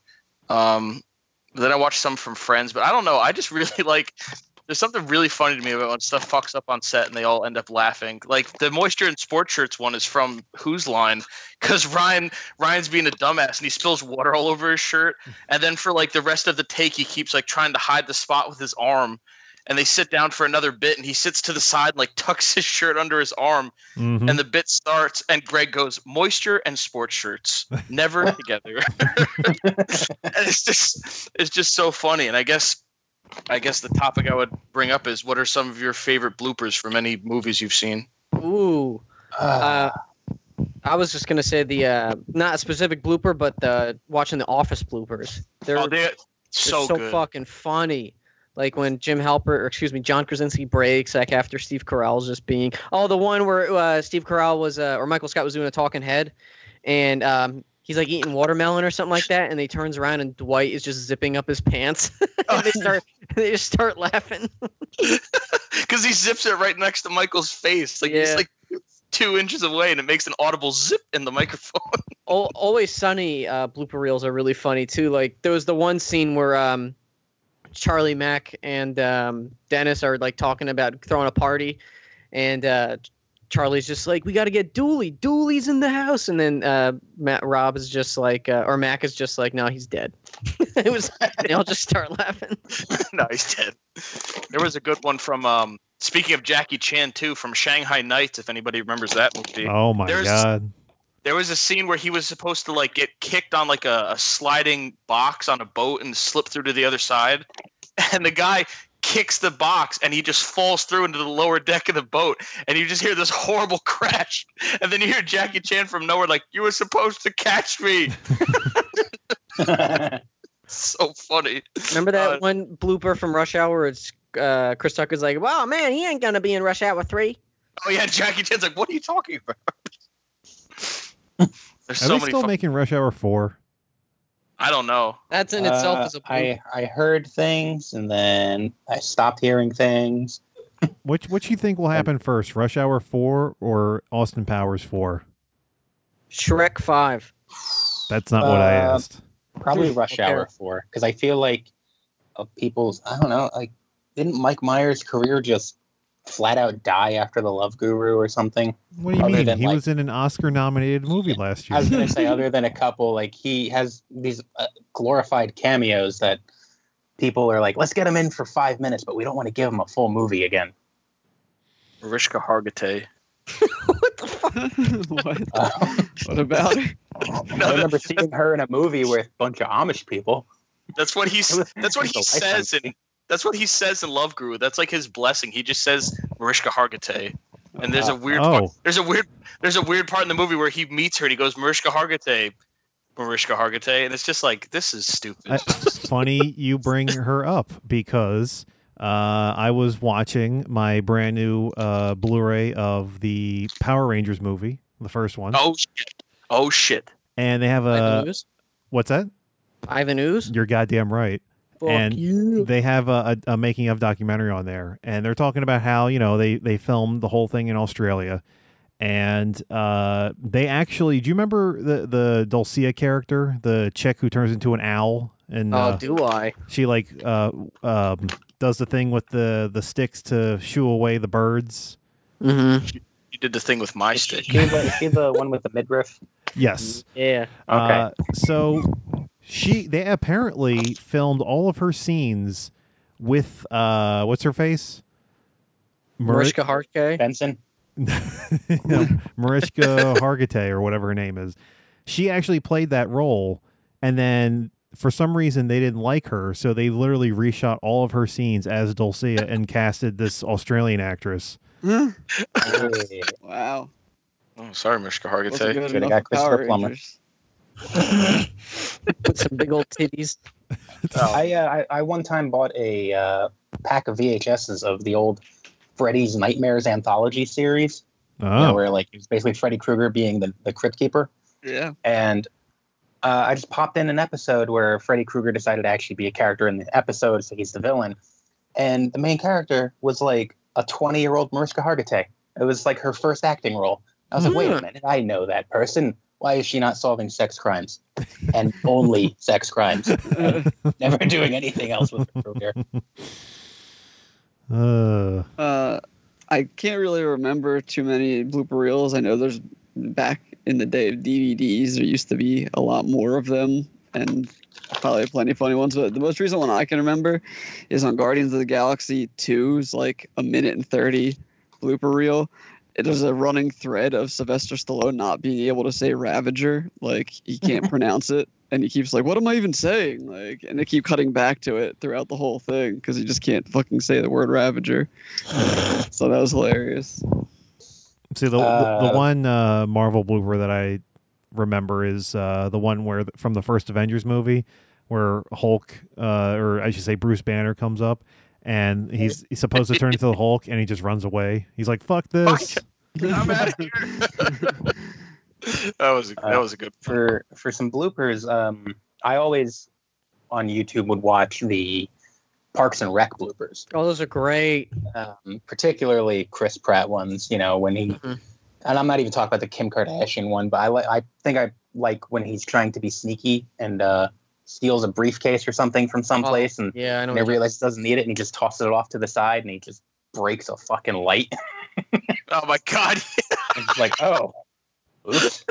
Speaker 7: Um then I watched some from Friends, but I don't know. I just really like there's something really funny to me about when stuff fucks up on set and they all end up laughing. Like the moisture in sports shirts one is from Who's Line because Ryan Ryan's being a dumbass and he spills water all over his shirt. And then for like the rest of the take, he keeps like trying to hide the spot with his arm. And they sit down for another bit, and he sits to the side and like tucks his shirt under his arm.
Speaker 2: Mhm.
Speaker 7: And the bit starts, and Greg goes, "Moisture and sports shirts never together." and it's just, it's just so funny. And I guess, I guess the topic I would bring up is, what are some of your favorite bloopers from any movies you've seen?
Speaker 3: Ooh.
Speaker 4: Ah.
Speaker 3: Uh, I was just gonna say the uh, not a specific blooper, but the watching the Office bloopers. They're,
Speaker 7: oh, they're
Speaker 3: they're
Speaker 7: so,
Speaker 3: so
Speaker 7: good.
Speaker 3: fucking funny. Like when Jim Halpert, or excuse me, John Krasinski breaks, like after Steve Carell's just being, oh, the one where uh, Steve Carell was, uh, or Michael Scott was doing a talking head, and um, he's like eating watermelon or something like that, and they turns around and Dwight is just zipping up his pants, and they start, they just start laughing.
Speaker 7: because he zips it right next to Michael's face, like he's
Speaker 3: Yeah.
Speaker 7: like two inches away, and it makes an audible zip in the microphone.
Speaker 3: Al Always Sunny uh, blooper reels are really funny too. Like there was the one scene where um, Charlie Mack and um, Dennis are like talking about throwing a party, and uh, Charlie's just like, "We got to get Dooley. Dooley's in the house." And then uh, Matt Rob is just like, uh, or Mac is just like, "No, he's dead." it was. They all just start laughing.
Speaker 7: no, he's dead. There was a good one from. um Speaking of Jackie Chan too, from Shanghai Nights, if anybody remembers that movie.
Speaker 2: Oh my
Speaker 7: There's-
Speaker 2: god.
Speaker 7: there was a scene where he was supposed to like get kicked on like a, a sliding box on a boat and slip through to the other side and the guy kicks the box and he just falls through into the lower deck of the boat and you just hear this horrible crash and then you hear jackie chan from nowhere like you were supposed to catch me so funny
Speaker 3: Remember that
Speaker 7: Uh,
Speaker 3: one blooper from Rush Hour? Where it's uh, Chris Tucker's like, "Wow, man, he ain't gonna be in Rush Hour 3.
Speaker 7: oh yeah jackie chan's like what are you talking about there's
Speaker 2: Are
Speaker 7: so
Speaker 2: they
Speaker 7: many
Speaker 2: still
Speaker 7: fu-
Speaker 2: making Rush Hour four?
Speaker 7: i don't know
Speaker 3: That's in itself
Speaker 4: Uh,
Speaker 3: is a blooper.
Speaker 4: I I heard things and then I stopped hearing things.
Speaker 2: Which which you think will happen first, Rush Hour four or Austin Powers four?
Speaker 3: Shrek Five.
Speaker 2: That's not what I
Speaker 4: Uh,
Speaker 2: asked.
Speaker 4: Probably
Speaker 3: Hmm,
Speaker 4: Rush
Speaker 3: okay.
Speaker 4: Hour Four because I feel like of people's I don't know like didn't Mike Myers' career just flat out die after The Love Guru or something?
Speaker 2: What do you
Speaker 4: other
Speaker 2: mean?
Speaker 4: than,
Speaker 2: He
Speaker 4: like-
Speaker 2: was in an Oscar nominated movie last
Speaker 4: I
Speaker 2: year.
Speaker 4: was gonna say other than a couple like he has these uh, glorified cameos that people are like let's get him in for five minutes but we don't want to give him a full movie again.
Speaker 7: Mariska Hargitay.
Speaker 3: What the fuck?
Speaker 1: what?
Speaker 4: Uh,
Speaker 1: What about it?
Speaker 7: No,
Speaker 4: I remember seeing her in a movie with a bunch of Amish people.
Speaker 7: That's what he's.
Speaker 4: It was-
Speaker 7: That's what
Speaker 4: it
Speaker 7: he
Speaker 4: was a lifetime
Speaker 7: says, and that's what he says in Love Guru. That's like his blessing. He just says Mariska Hargitay, and there's a weird. Part,
Speaker 2: Oh,
Speaker 7: there's a weird. There's a weird part in the movie where he meets her and he goes Mariska Hargitay, Mariska Hargitay, and it's just like this is stupid.
Speaker 2: I- Uh, funny you bring her up because uh, I was watching my brand new uh, Blu-ray of the Power Rangers movie, the first one,
Speaker 7: oh shit! Oh shit!
Speaker 2: and they have
Speaker 3: Ivan
Speaker 2: a
Speaker 3: Ooze?
Speaker 2: what's that?
Speaker 3: Ivan Ooze?
Speaker 2: You're goddamn right.
Speaker 3: Fuck
Speaker 2: and
Speaker 3: you.
Speaker 2: they have a, a, a making of documentary on there and they're talking about how you know they they filmed the whole thing in australia and uh they actually do you remember the the dulcia character the chick who turns into an owl and
Speaker 3: Oh,
Speaker 2: uh,
Speaker 3: do I?
Speaker 2: she like uh um does the thing with the the sticks to shoo away the birds
Speaker 3: Mm-hmm.
Speaker 7: You did the thing with my
Speaker 4: Is she,
Speaker 7: stick.
Speaker 4: the, is she the one with the midriff?
Speaker 2: yes
Speaker 3: Yeah.
Speaker 4: Okay.
Speaker 2: Uh, so she they apparently filmed all of her scenes with uh what's her face? Mari-
Speaker 3: Mariska Hargitay.
Speaker 4: Benson?
Speaker 2: No, Mariska Hargitay or whatever her name is. She actually played that role and then for some reason they didn't like her, so they literally reshot all of her scenes as Dulcia and casted this Australian actress.
Speaker 4: Hey.
Speaker 1: Wow.
Speaker 7: Oh, sorry, Mariska
Speaker 1: Wasn't
Speaker 7: Hargitay.
Speaker 1: good
Speaker 4: Should've
Speaker 1: enough
Speaker 4: got
Speaker 1: for Power
Speaker 4: Christopher Plummer.
Speaker 1: Rangers.
Speaker 3: With some big old titties.
Speaker 7: Oh.
Speaker 4: I, uh, I I one time bought a uh, pack of VHSs of the old fr- Freddy's Nightmares anthology series, you know,
Speaker 2: Oh,
Speaker 4: where like it was basically Freddy Krueger being the, the crypt keeper.
Speaker 1: Yeah.
Speaker 4: and uh, I just popped in an episode where Freddy Krueger decided to actually be a character in the episode, so he's the villain. And the main character was like a 20 year old Mariska Hargitay. It was like her first acting role. I was like, wait a
Speaker 3: Hmm.
Speaker 4: minute, I know that person. Why is she not solving sex crimes and only sex crimes? And never doing anything else with Krueger.
Speaker 2: uh,
Speaker 1: Uh, I can't really remember too many blooper reels. I know there's back in the day of DVDs, there used to be a lot more of them, and probably plenty of funny ones. But the most recent one I can remember is on Guardians of the Galaxy 2's like a minute and 30 blooper reel. It is a running thread of Sylvester Stallone not being able to say Ravager. Like, he can't pronounce it. And he keeps like, what am I even saying? Like, and they keep cutting back to it throughout the whole thing because he just can't fucking say the word Ravager. So that was hilarious.
Speaker 2: see the the,
Speaker 4: Uh,
Speaker 2: the one uh, Marvel blooper that I remember is uh, the one where th- from the first Avengers movie where Hulk uh, or I should say Bruce Banner comes up and he's, he's supposed to turn into the Hulk and he just runs away. He's like, "Fuck this."
Speaker 7: I'm out of here. that was a, that was a good.
Speaker 4: for for some bloopers, um, I always on YouTube would watch the Parks and Rec bloopers.
Speaker 3: Oh, those are great.
Speaker 4: um, particularly Chris Pratt ones. You know, when he
Speaker 3: Mhm.
Speaker 4: and I'm not even talking about the Kim Kardashian one, but I like I think I like when he's trying to be sneaky and uh, steals a briefcase or something from someplace, and,
Speaker 3: Oh, Yeah, I know.
Speaker 4: and
Speaker 3: what
Speaker 4: they realize he doesn't need it, and he just tosses it off to the side, and he just breaks a fucking light.
Speaker 7: Oh my god.
Speaker 4: and it's like, oh, oops.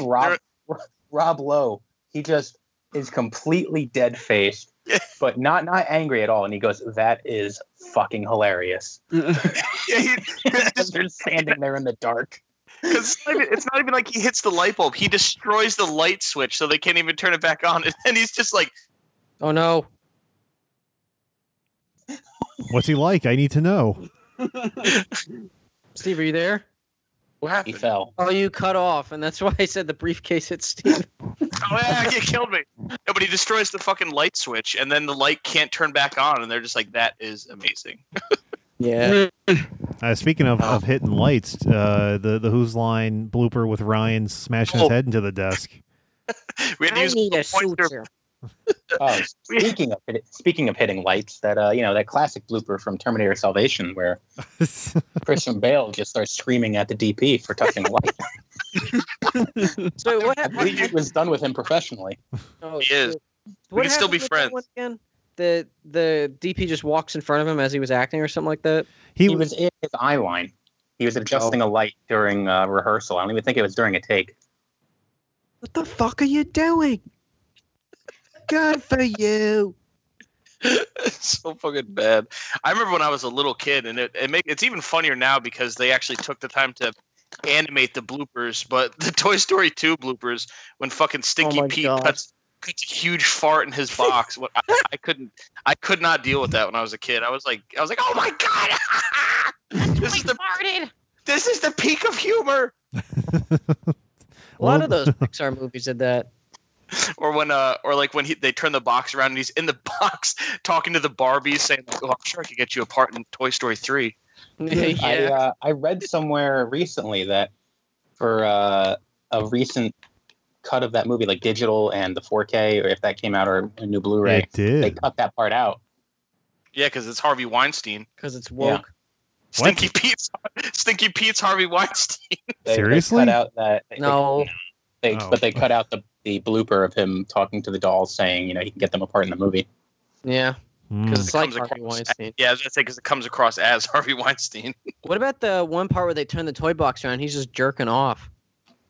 Speaker 4: Rob Rob Lowe, he just is completely dead faced. But not not angry at all, and he goes, "That is fucking hilarious."
Speaker 7: yeah, he,
Speaker 4: As they're standing there in the dark.
Speaker 7: 'cause it's, not even, it's not even like he hits the light bulb. He destroys the light switch, so they can't even turn it back on. And, then he's just like,
Speaker 3: you're- oh no.
Speaker 2: What's he like? I need to know.
Speaker 3: Steve, are you there?
Speaker 7: "What
Speaker 4: He
Speaker 7: happened?
Speaker 4: fell.
Speaker 3: Oh, you cut off, and that's why I said the briefcase hit Steve.
Speaker 7: Oh yeah, you killed me." No, but he destroys the fucking light switch, and then the light can't turn back on. And they're just like, "That is amazing."
Speaker 3: Yeah.
Speaker 2: Uh, speaking of,
Speaker 4: Oh.
Speaker 2: of hitting lights, uh, the the Who's Line blooper with Ryan smashing his
Speaker 7: Oh.
Speaker 2: head into the desk.
Speaker 7: We had to
Speaker 3: I
Speaker 7: use
Speaker 3: need a
Speaker 7: pointer.
Speaker 3: suture.
Speaker 4: Oh, speaking of hit- speaking of hitting lights, that uh, you know that classic blooper from Terminator Salvation where Christian Bale just starts screaming at the DP for touching a light.
Speaker 3: So what
Speaker 4: I believe
Speaker 3: happened?
Speaker 4: it was done with him professionally.
Speaker 3: Oh,
Speaker 7: He is.
Speaker 3: shit.
Speaker 7: We can still
Speaker 3: happened
Speaker 7: be
Speaker 3: with that
Speaker 7: friends.
Speaker 3: one Again? The the DP just walks in front of him as he was acting or something like that.
Speaker 2: He,
Speaker 4: He, was in his eye line. He was adjusting a light during uh, rehearsal. I don't even think it was during a take.
Speaker 3: What the fuck are you doing? Good for you.
Speaker 7: it's so fucking bad. I remember when I was a little kid, and it, it make it's even funnier now because they actually took the time to animate the bloopers. But the Toy Story two bloopers when fucking Stinky
Speaker 3: my
Speaker 7: Pete
Speaker 3: God.
Speaker 7: cuts, cuts a huge fart in his box. what I, I couldn't, I could not deal with that when I was a kid. I was like, I was like, oh my god, this is the this is the peak of humor.
Speaker 3: A lot of those Pixar movies did that.
Speaker 7: Or when, uh, or like when he, they turn the box around and he's in the box talking to the Barbies, saying, "Oh, I'm sure I could get you a part in Toy Story 3.
Speaker 4: I,
Speaker 3: yeah.
Speaker 4: uh, I read somewhere recently that for uh, a recent cut of that movie, like digital and the 4K, or if that came out or a new Blu-ray,
Speaker 2: it
Speaker 4: they
Speaker 2: did.
Speaker 4: cut that part out.
Speaker 7: Yeah, because it's Harvey Weinstein.
Speaker 3: Because it's woke.
Speaker 2: What?
Speaker 7: Stinky Pete's Stinky Pete's Harvey Weinstein.
Speaker 4: They,
Speaker 2: Seriously?
Speaker 4: They cut out that. they-
Speaker 3: No.
Speaker 4: They,
Speaker 2: Oh.
Speaker 4: But they cut out the, the blooper of him talking to the dolls, saying, you know, he can get them a part in the movie.
Speaker 3: Yeah.
Speaker 2: Mm.
Speaker 3: Because it's like
Speaker 7: Comes across
Speaker 3: Harvey Weinstein.
Speaker 7: Yeah, I was gonna say because it comes across as Harvey Weinstein.
Speaker 3: What about the one part where they turn the toy box around? He's just jerking off.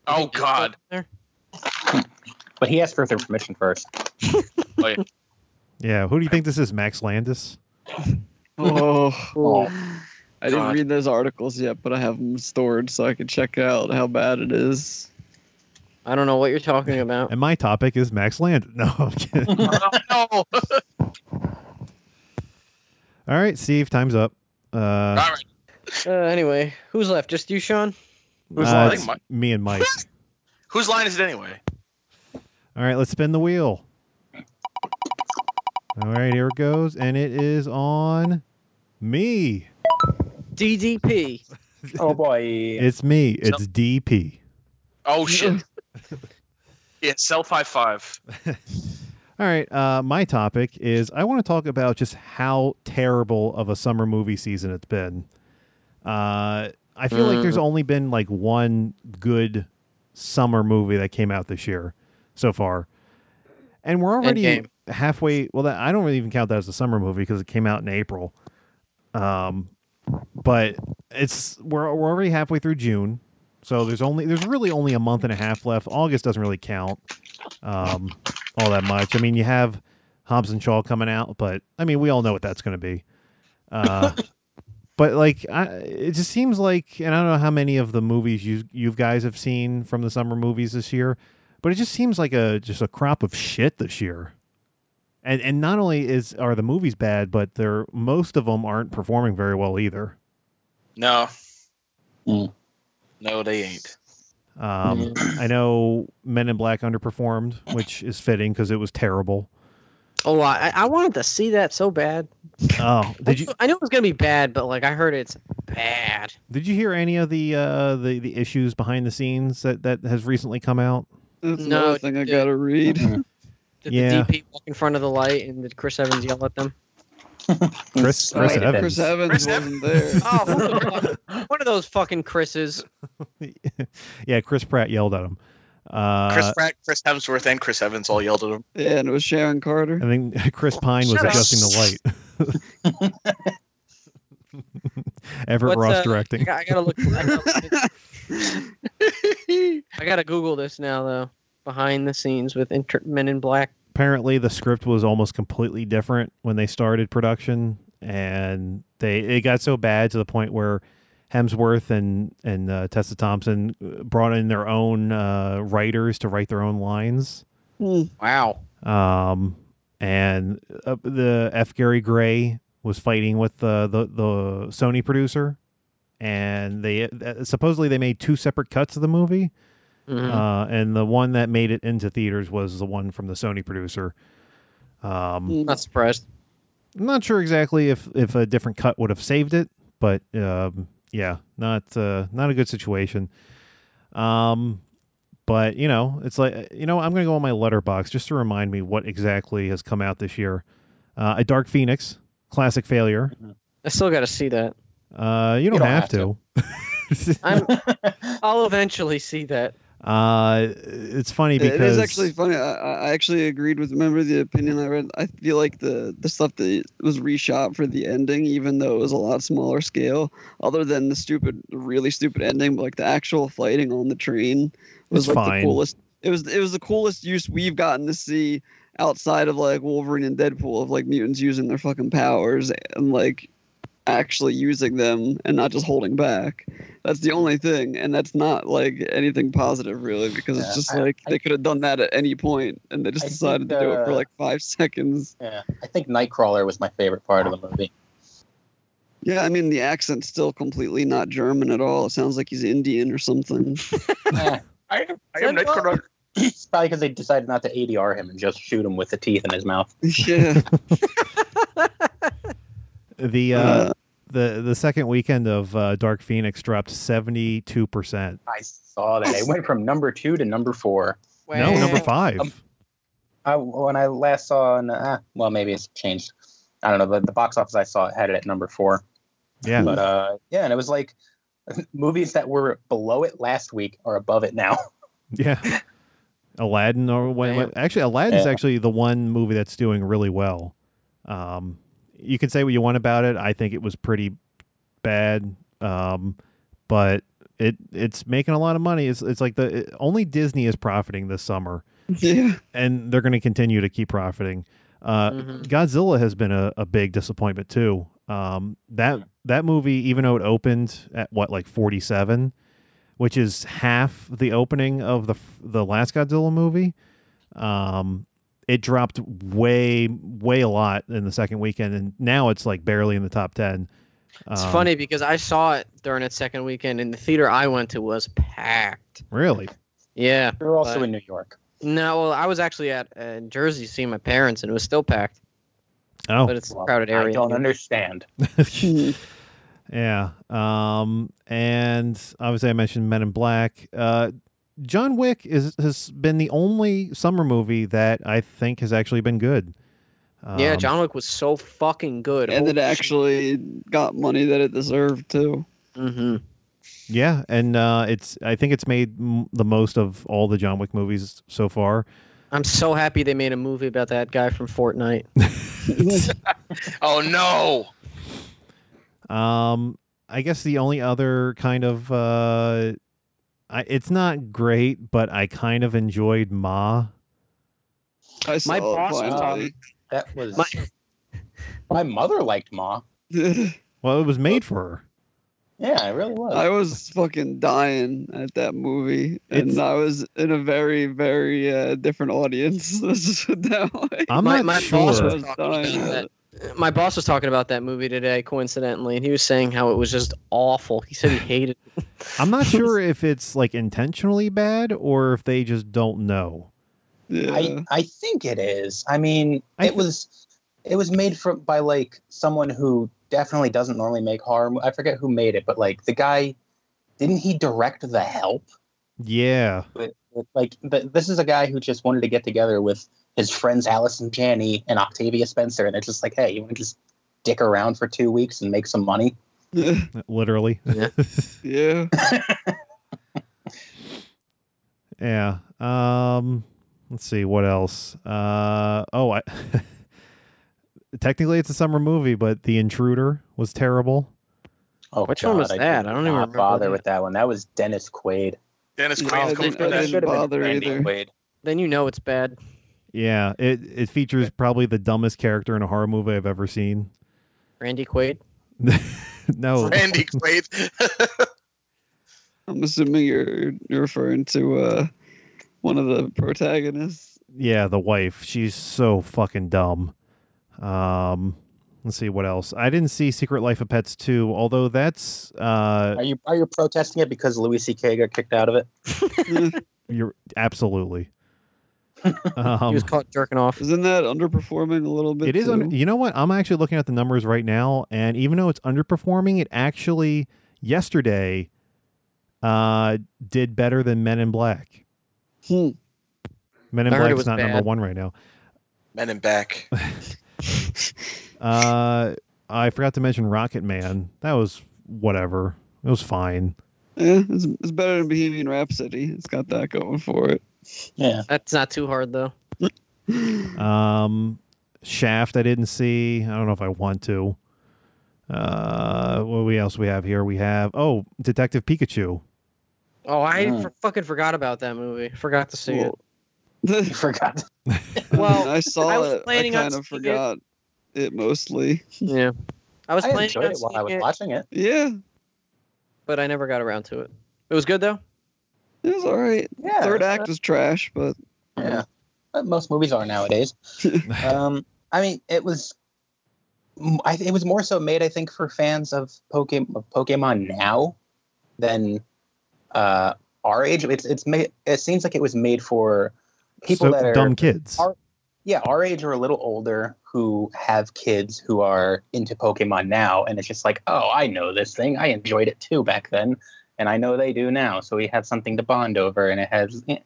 Speaker 7: Oh God,
Speaker 4: But he asked for their permission first.
Speaker 2: Hmm. Yeah, who do you think this is? Max Landis?
Speaker 1: oh,
Speaker 4: Oh,
Speaker 1: I didn't
Speaker 7: God.
Speaker 1: read those articles yet, but I have them stored so I can check out how bad it is.
Speaker 3: I don't know what you're talking about.
Speaker 2: And my topic is Max Landis. No, I'm kidding.
Speaker 7: no! All
Speaker 2: Uh, All right, Steve, time's up. Uh,
Speaker 7: right,
Speaker 3: Uh, anyway, who's left? Just you, Sean?
Speaker 7: who's
Speaker 2: uh,
Speaker 7: lying?
Speaker 2: it's me and Mike.
Speaker 7: Whose line is it anyway?
Speaker 2: All right, let's spin the wheel. All right, here it goes, and it is on me.
Speaker 3: DDP.
Speaker 4: Oh boy.
Speaker 2: It's me. It's DP.
Speaker 7: Oh shit. yeah, self high five.
Speaker 2: All right, uh, my topic is I want to talk about just how terrible of a summer movie season it's been. Uh, I feel like there's only been like one good summer movie that came out this year so far, and we're already
Speaker 3: Endgame.
Speaker 2: halfway. Well, that, I don't really even count that as a summer movie because it came out in April. Um, but it's we're we're already halfway through June, so there's only there's really only a month and a half left. August doesn't really count. Um, all that much. I mean, you have Hobbs and Shaw coming out, but I mean, we all know what that's going to be. Uh, but like, I, it just seems like, and I don't know how many of the movies you you guys have seen from the summer movies this year, but it just seems like a just a crop of shit this year. And and not only is are the movies bad, but they're most of them aren't performing very well either.
Speaker 7: No.
Speaker 4: Mm.
Speaker 7: No, they ain't.
Speaker 2: Um,
Speaker 3: Mm-hmm.
Speaker 2: I know Men in Black underperformed, which is fitting because it was terrible.
Speaker 3: Oh, I, I wanted to see that so bad.
Speaker 2: Oh, did you
Speaker 3: I knew it was gonna be bad, but like I heard it's bad.
Speaker 2: Did you hear any of the uh, the the issues behind the scenes that that has recently come out?
Speaker 1: That's
Speaker 3: No,
Speaker 1: another thing I
Speaker 3: dude.
Speaker 1: gotta read.
Speaker 3: Did
Speaker 2: Yeah.
Speaker 3: the DP walk in front of the light and did Chris Evans yell at them?
Speaker 2: Chris,
Speaker 4: I
Speaker 2: Chris
Speaker 4: hated that.
Speaker 2: Evans.
Speaker 1: Chris Evans
Speaker 7: Chris
Speaker 1: wasn't there.
Speaker 3: Oh, who the fuck- one of those fucking Chris's.
Speaker 2: yeah, Chris Pratt yelled at him. Uh,
Speaker 7: Chris Pratt, Chris Hemsworth, and Chris Evans all yelled at him.
Speaker 1: Yeah, and it was Sharon Carter.
Speaker 2: I think Chris Pine was
Speaker 3: Oh, Shut up.
Speaker 2: adjusting the light. Everett
Speaker 3: What's,
Speaker 2: Ross
Speaker 3: uh, I,
Speaker 2: directing.
Speaker 3: got, I gotta look. I gotta, I gotta Google this now though. Behind the scenes with inter- Men in Black.
Speaker 2: Apparently, the script was almost completely different when they started production, and they it got so bad to the point where Hemsworth and and uh, Tessa Thompson uh, brought in their own uh, writers to write their own lines.
Speaker 1: Hmm.
Speaker 3: Wow.
Speaker 2: um, and uh, the F. Gary Gray was fighting with the the, the Sony producer, and they uh, supposedly they made two separate cuts of the movie,
Speaker 3: Mhm.
Speaker 2: uh, and the one that made it into theaters was the one from the Sony producer. Um,
Speaker 1: Hmm.
Speaker 3: Not surprised.
Speaker 2: I'm not sure exactly if if a different cut would have saved it, but um, yeah, not uh, not a good situation. Um, but you know, it's like uh, you know, I'm gonna go on my letterbox just to remind me what exactly has come out this year. Uh, a Dark Phoenix, classic failure.
Speaker 3: I still gotta see that.
Speaker 2: Uh, you don't,
Speaker 4: don't
Speaker 2: have,
Speaker 4: have
Speaker 2: to.
Speaker 3: I'm. I'll eventually see that.
Speaker 2: uh, it's funny because
Speaker 1: It is actually funny. I, I I actually agreed with. Remember the opinion I read. I feel like the the stuff that was reshot for the ending, even though it was a lot smaller scale. Other than the stupid, really stupid ending, but like the actual fighting on the train was
Speaker 2: It's
Speaker 1: like
Speaker 2: fine.
Speaker 1: the coolest. It was it was the coolest use we've gotten to see outside of like Wolverine and Deadpool of like mutants using their fucking powers and like actually using them and not just holding back. That's the only thing, and that's not like anything positive really, because
Speaker 4: Yeah,
Speaker 1: it's just
Speaker 4: I-
Speaker 1: like
Speaker 4: I-
Speaker 1: they could have done that at any point, and they just
Speaker 4: I think,
Speaker 1: decided to do it for
Speaker 4: uh,
Speaker 1: like five seconds.
Speaker 4: yeah, I think Nightcrawler was my favorite part of the movie.
Speaker 1: Yeah, I mean the accent's still completely not German at all. It sounds like he's Indian or something.
Speaker 4: Eh,
Speaker 7: I, I am not gonna
Speaker 4: it's probably because they decided not to ADR him and just shoot him with the teeth in his mouth.
Speaker 1: yeah,
Speaker 2: the uh,
Speaker 1: Uh,
Speaker 2: the the second weekend of uh, Dark Phoenix dropped seventy two percent.
Speaker 4: I saw that. It went from number two to number four.
Speaker 2: No, number
Speaker 3: Wow.
Speaker 2: five.
Speaker 4: Um, I, when I last saw, an, uh, well, maybe it's changed. I don't know. The, the box office I saw had it at number four.
Speaker 2: yeah.
Speaker 4: But uh, yeah, and it was like movies that were below it last week are above it now.
Speaker 2: Yeah. Aladdin or what, what- actually Aladdin's
Speaker 4: Yeah.
Speaker 2: actually the one movie that's doing really well. Um, you can say what you want about it. I think it was pretty bad, um, but it it's making a lot of money. It's it's like the it- only Disney is profiting this summer,
Speaker 1: yeah.
Speaker 2: and they're going to continue to keep profiting. Uh,
Speaker 3: Mhm.
Speaker 2: Godzilla has been a, a big disappointment too. Um, that that movie, even though it opened at what like forty seven, which is half the opening of the f- the last Godzilla movie, um, it dropped way way a lot in the second weekend, and now it's like barely in the top ten.
Speaker 3: It's
Speaker 2: Um,
Speaker 3: funny because I saw it during its second weekend, and the theater I went to was packed.
Speaker 2: really.
Speaker 3: Yeah.
Speaker 4: You're also
Speaker 3: Right.
Speaker 4: in New York.
Speaker 3: No, well, I was actually at uh, in Jersey seeing my parents, and it was still packed.
Speaker 2: Oh,
Speaker 3: but Hmm. it's a
Speaker 4: Well,
Speaker 3: crowded area.
Speaker 4: I don't understand.
Speaker 2: yeah. Um, and obviously, I mentioned Men in Black. Uh, John Wick is has been the only summer movie that I think has actually been good. Um,
Speaker 3: yeah, John Wick was so fucking good.
Speaker 1: and it actually got money that it deserved too.
Speaker 3: hmm
Speaker 2: Yeah, and uh, it's I think it's made m- the most of all the John Wick movies so far.
Speaker 3: I'm so happy they made a movie about that guy from Fortnite.
Speaker 7: Oh no!
Speaker 2: Um, I guess the only other kind of uh, I, it's not great, but I kind of enjoyed Ma.
Speaker 1: I saw
Speaker 3: My
Speaker 1: it
Speaker 3: boss
Speaker 4: was
Speaker 1: finally.
Speaker 4: That was my,
Speaker 3: My-
Speaker 4: mother liked Ma.
Speaker 2: Well, it was made
Speaker 3: Oh,
Speaker 2: for her.
Speaker 4: Yeah, it really was.
Speaker 1: I was fucking dying at that movie, and
Speaker 2: It's-
Speaker 1: I was in a very, very uh, different audience. that way.
Speaker 2: I'm
Speaker 3: My-
Speaker 2: not
Speaker 3: my
Speaker 2: sure.
Speaker 3: boss
Speaker 1: I
Speaker 3: was-
Speaker 1: was dying. at it.
Speaker 3: My boss was talking about that movie today, coincidentally, and he was saying how it was just awful. He said he hated it.
Speaker 2: I'm not sure if it's like intentionally bad or if they just don't know.
Speaker 1: Yeah.
Speaker 4: I, I think it is. I mean,
Speaker 2: I
Speaker 4: it
Speaker 2: thi-
Speaker 4: was it was made from by like someone who definitely doesn't normally make horror. mo- I forget who made it, but like the guy didn't he direct The Help?
Speaker 2: Yeah.
Speaker 4: But, but, like th- this is a guy who just wanted to get together with his friends Allison Janney and Octavia Spencer, and it's just like, hey, you want to just dick around for two weeks and make some money?
Speaker 2: Literally.
Speaker 1: yeah.
Speaker 2: Yeah. Um let's see what else. Uh oh, I Technically it's a summer movie, but The Intruder was terrible.
Speaker 4: Oh,
Speaker 3: Which one was
Speaker 4: I did
Speaker 3: that? I don't even
Speaker 4: not
Speaker 3: remember
Speaker 4: bother
Speaker 3: that.
Speaker 4: with that one. That was Dennis Quaid.
Speaker 7: Dennis
Speaker 1: Yeah,
Speaker 7: Quaid
Speaker 1: I
Speaker 7: comes
Speaker 1: didn't-
Speaker 7: for
Speaker 1: I
Speaker 7: that.
Speaker 1: didn't- bother
Speaker 4: Randy
Speaker 1: either.
Speaker 4: Quaid.
Speaker 3: Then you know it's bad.
Speaker 2: Yeah, it it features probably the dumbest character in a horror movie I've ever seen.
Speaker 3: Randy Quaid.
Speaker 2: no.
Speaker 7: Randy Quaid.
Speaker 1: I'm assuming you're, you're referring to uh, one of the protagonists.
Speaker 2: Yeah, the wife. She's so fucking dumb. Um let's see what else. I didn't see Secret Life of Pets 2, although that's uh
Speaker 4: Are you are you protesting it because Louis C.K. got kicked out of it?
Speaker 2: You're absolutely. Um,
Speaker 3: he was caught jerking off.
Speaker 1: Isn't that underperforming a little bit?
Speaker 2: it is. Under,
Speaker 1: too?
Speaker 2: you know what? I'm actually looking at the numbers right now, and even though it's underperforming, it actually yesterday uh, did better than Men in Black.
Speaker 1: Hmm.
Speaker 2: Men in
Speaker 3: I heard it
Speaker 2: Black's
Speaker 3: was
Speaker 2: not number
Speaker 3: bad.
Speaker 2: one right now.
Speaker 7: Men in Back.
Speaker 2: Uh, I forgot to mention Rocket Man. That was whatever. It was fine.
Speaker 1: Yeah, it's, it's better than Bohemian Rhapsody. It's got that going for it.
Speaker 4: Yeah.
Speaker 3: That's not too hard though.
Speaker 2: Um, Shaft, I didn't see. I don't know if I want to. Uh, what we else we have here? We have oh, Detective Pikachu.
Speaker 3: Oh, I
Speaker 4: Yeah.
Speaker 3: for- fucking forgot about that movie. Forgot to see it.
Speaker 4: You forgot.
Speaker 1: I mean,
Speaker 3: Well,
Speaker 1: I saw
Speaker 3: I was
Speaker 1: it. I
Speaker 3: planning on
Speaker 1: kind of
Speaker 3: seeing it.
Speaker 1: forgot it mostly.
Speaker 3: Yeah, I was
Speaker 4: I
Speaker 3: planning
Speaker 4: enjoyed
Speaker 3: on
Speaker 4: it while I was
Speaker 3: seeing it,
Speaker 4: watching it.
Speaker 1: Yeah,
Speaker 3: but I never got around to it. It was good though.
Speaker 1: it was all right.
Speaker 4: Yeah.
Speaker 1: Third act was trash, but
Speaker 4: Yeah. But most movies are nowadays. um, I mean, it was. m- I, it was more so made, I think, for fans of Pokemon, of Pokemon now than uh, our age. It's it's made. It seems like it was made for people
Speaker 2: so,
Speaker 4: that are
Speaker 2: dumb kids.
Speaker 4: are- yeah, our age or a little older who have kids who are into Pokemon now, and it's just like, oh, I know this thing. I enjoyed it too back then, and I know they do now. So we have something to bond over, and it has eh,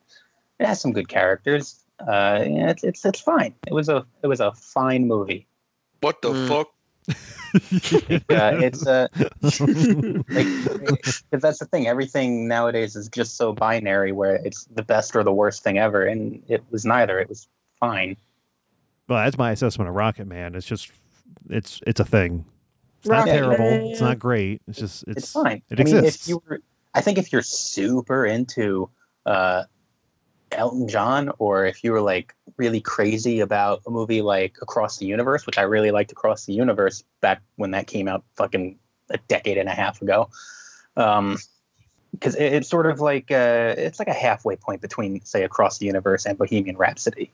Speaker 4: it has some good characters. Uh, yeah, it's it's it's fine. It was a it was a fine movie.
Speaker 7: What the
Speaker 3: Hmm.
Speaker 7: fuck?
Speaker 4: Uh, it's uh, like because that's the thing. Everything nowadays is just so binary, where it's the best or the worst thing ever, and it was neither. It was fine.
Speaker 2: well, that's my assessment of Rocket Man. It's just it's it's a thing. It's
Speaker 4: Rocket
Speaker 2: not terrible.
Speaker 3: Man.
Speaker 2: It's not great. It's just it's,
Speaker 4: it's, fine.
Speaker 2: It
Speaker 4: I mean,
Speaker 2: exists.
Speaker 4: if you were, I think if you're super into uh, Elton John, or if you were like really crazy about a movie like Across the Universe, which I really liked Across the Universe back when that came out, fucking a decade and a half ago. Um, because it, it's sort of like uh, it's like a halfway point between, say, Across the Universe and Bohemian Rhapsody,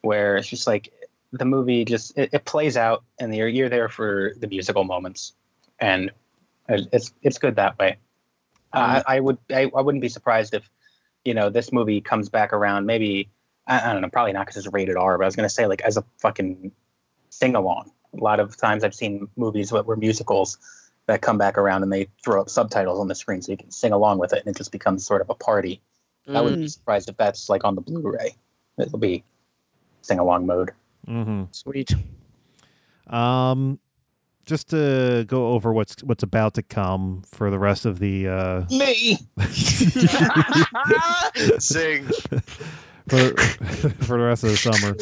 Speaker 4: where it's just like the movie just it, it plays out, and you're you're there for the musical moments, and it- it's it's good that way. Uh, I, I would I, I wouldn't be surprised if you know this movie comes back around. Maybe I, I don't know, probably not because it's rated R. But I was gonna say like as a fucking sing along. A lot of times I've seen movies that were musicals that come back around and they throw up subtitles on the screen so you can sing along with it and it just becomes sort of a party. I wouldn't be surprised if that's like on the Blu-ray. It'll be sing along mode.
Speaker 2: hmm
Speaker 3: Mm, Sweet.
Speaker 2: Um, just to go over what's what's about to come for the rest of the uh,
Speaker 4: Me.
Speaker 7: Sing.
Speaker 2: for, for the rest of the summer.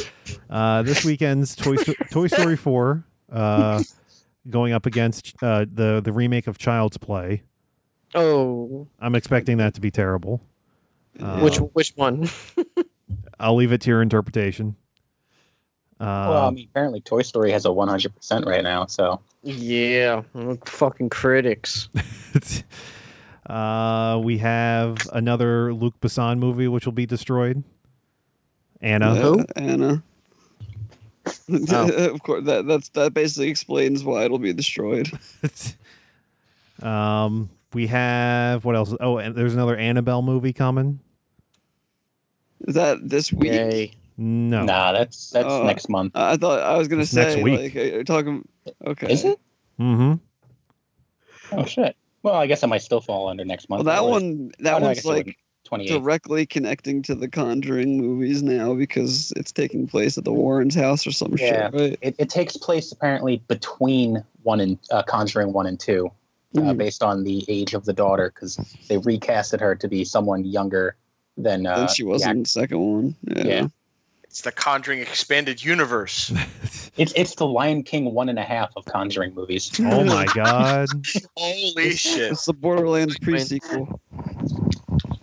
Speaker 2: Uh, this weekend's Toy, Sto- Toy Story 4 uh, going up against uh, the the remake of Child's Play.
Speaker 3: Oh,
Speaker 2: I'm expecting that to be terrible. Uh,
Speaker 3: which which one?
Speaker 2: I'll leave it to your interpretation. Uh,
Speaker 4: well, I mean, apparently Toy Story has a 100% right now, so
Speaker 3: Yeah, look, fucking critics.
Speaker 2: uh, we have another Luke Besson movie which will be destroyed. Anna.
Speaker 1: Yeah, Anna.
Speaker 2: Oh.
Speaker 1: of course, that that's that basically explains why it'll be destroyed.
Speaker 2: um, we have what else? Oh, and there's another Annabelle movie coming.
Speaker 1: Is that this week?
Speaker 3: Yay.
Speaker 2: No,
Speaker 4: nah, that's that's
Speaker 1: Oh.
Speaker 4: next month.
Speaker 1: I I thought I was gonna
Speaker 2: It's
Speaker 1: say
Speaker 2: next week.
Speaker 1: like are you talking. Okay.
Speaker 4: Is it?
Speaker 2: Mm-hmm.
Speaker 4: Oh shit. Well, I guess I might still fall under next
Speaker 1: Well,
Speaker 4: month.
Speaker 1: that
Speaker 4: Or-
Speaker 1: one
Speaker 4: oh,
Speaker 1: that
Speaker 4: no, I
Speaker 1: one's
Speaker 4: guess it
Speaker 1: like
Speaker 4: wouldn't. 28.
Speaker 1: directly connecting to the Conjuring movies now because it's taking place at the Warrens' house or some
Speaker 4: Yeah.
Speaker 1: shit, right?
Speaker 4: It, it takes place apparently between one and uh, Conjuring one and two, uh,
Speaker 1: Mhm.
Speaker 4: based on the age of the daughter, because they recasted her to be someone younger than. Uh,
Speaker 1: then she
Speaker 4: the
Speaker 1: was in
Speaker 4: act-
Speaker 1: the second one. Yeah.
Speaker 4: Yeah.
Speaker 7: It's the Conjuring expanded universe.
Speaker 4: It's it's the Lion King one and a half of Conjuring movies.
Speaker 2: Oh my god.
Speaker 7: Holy shit!
Speaker 1: It's the Borderlands
Speaker 3: Wait.
Speaker 1: prequel.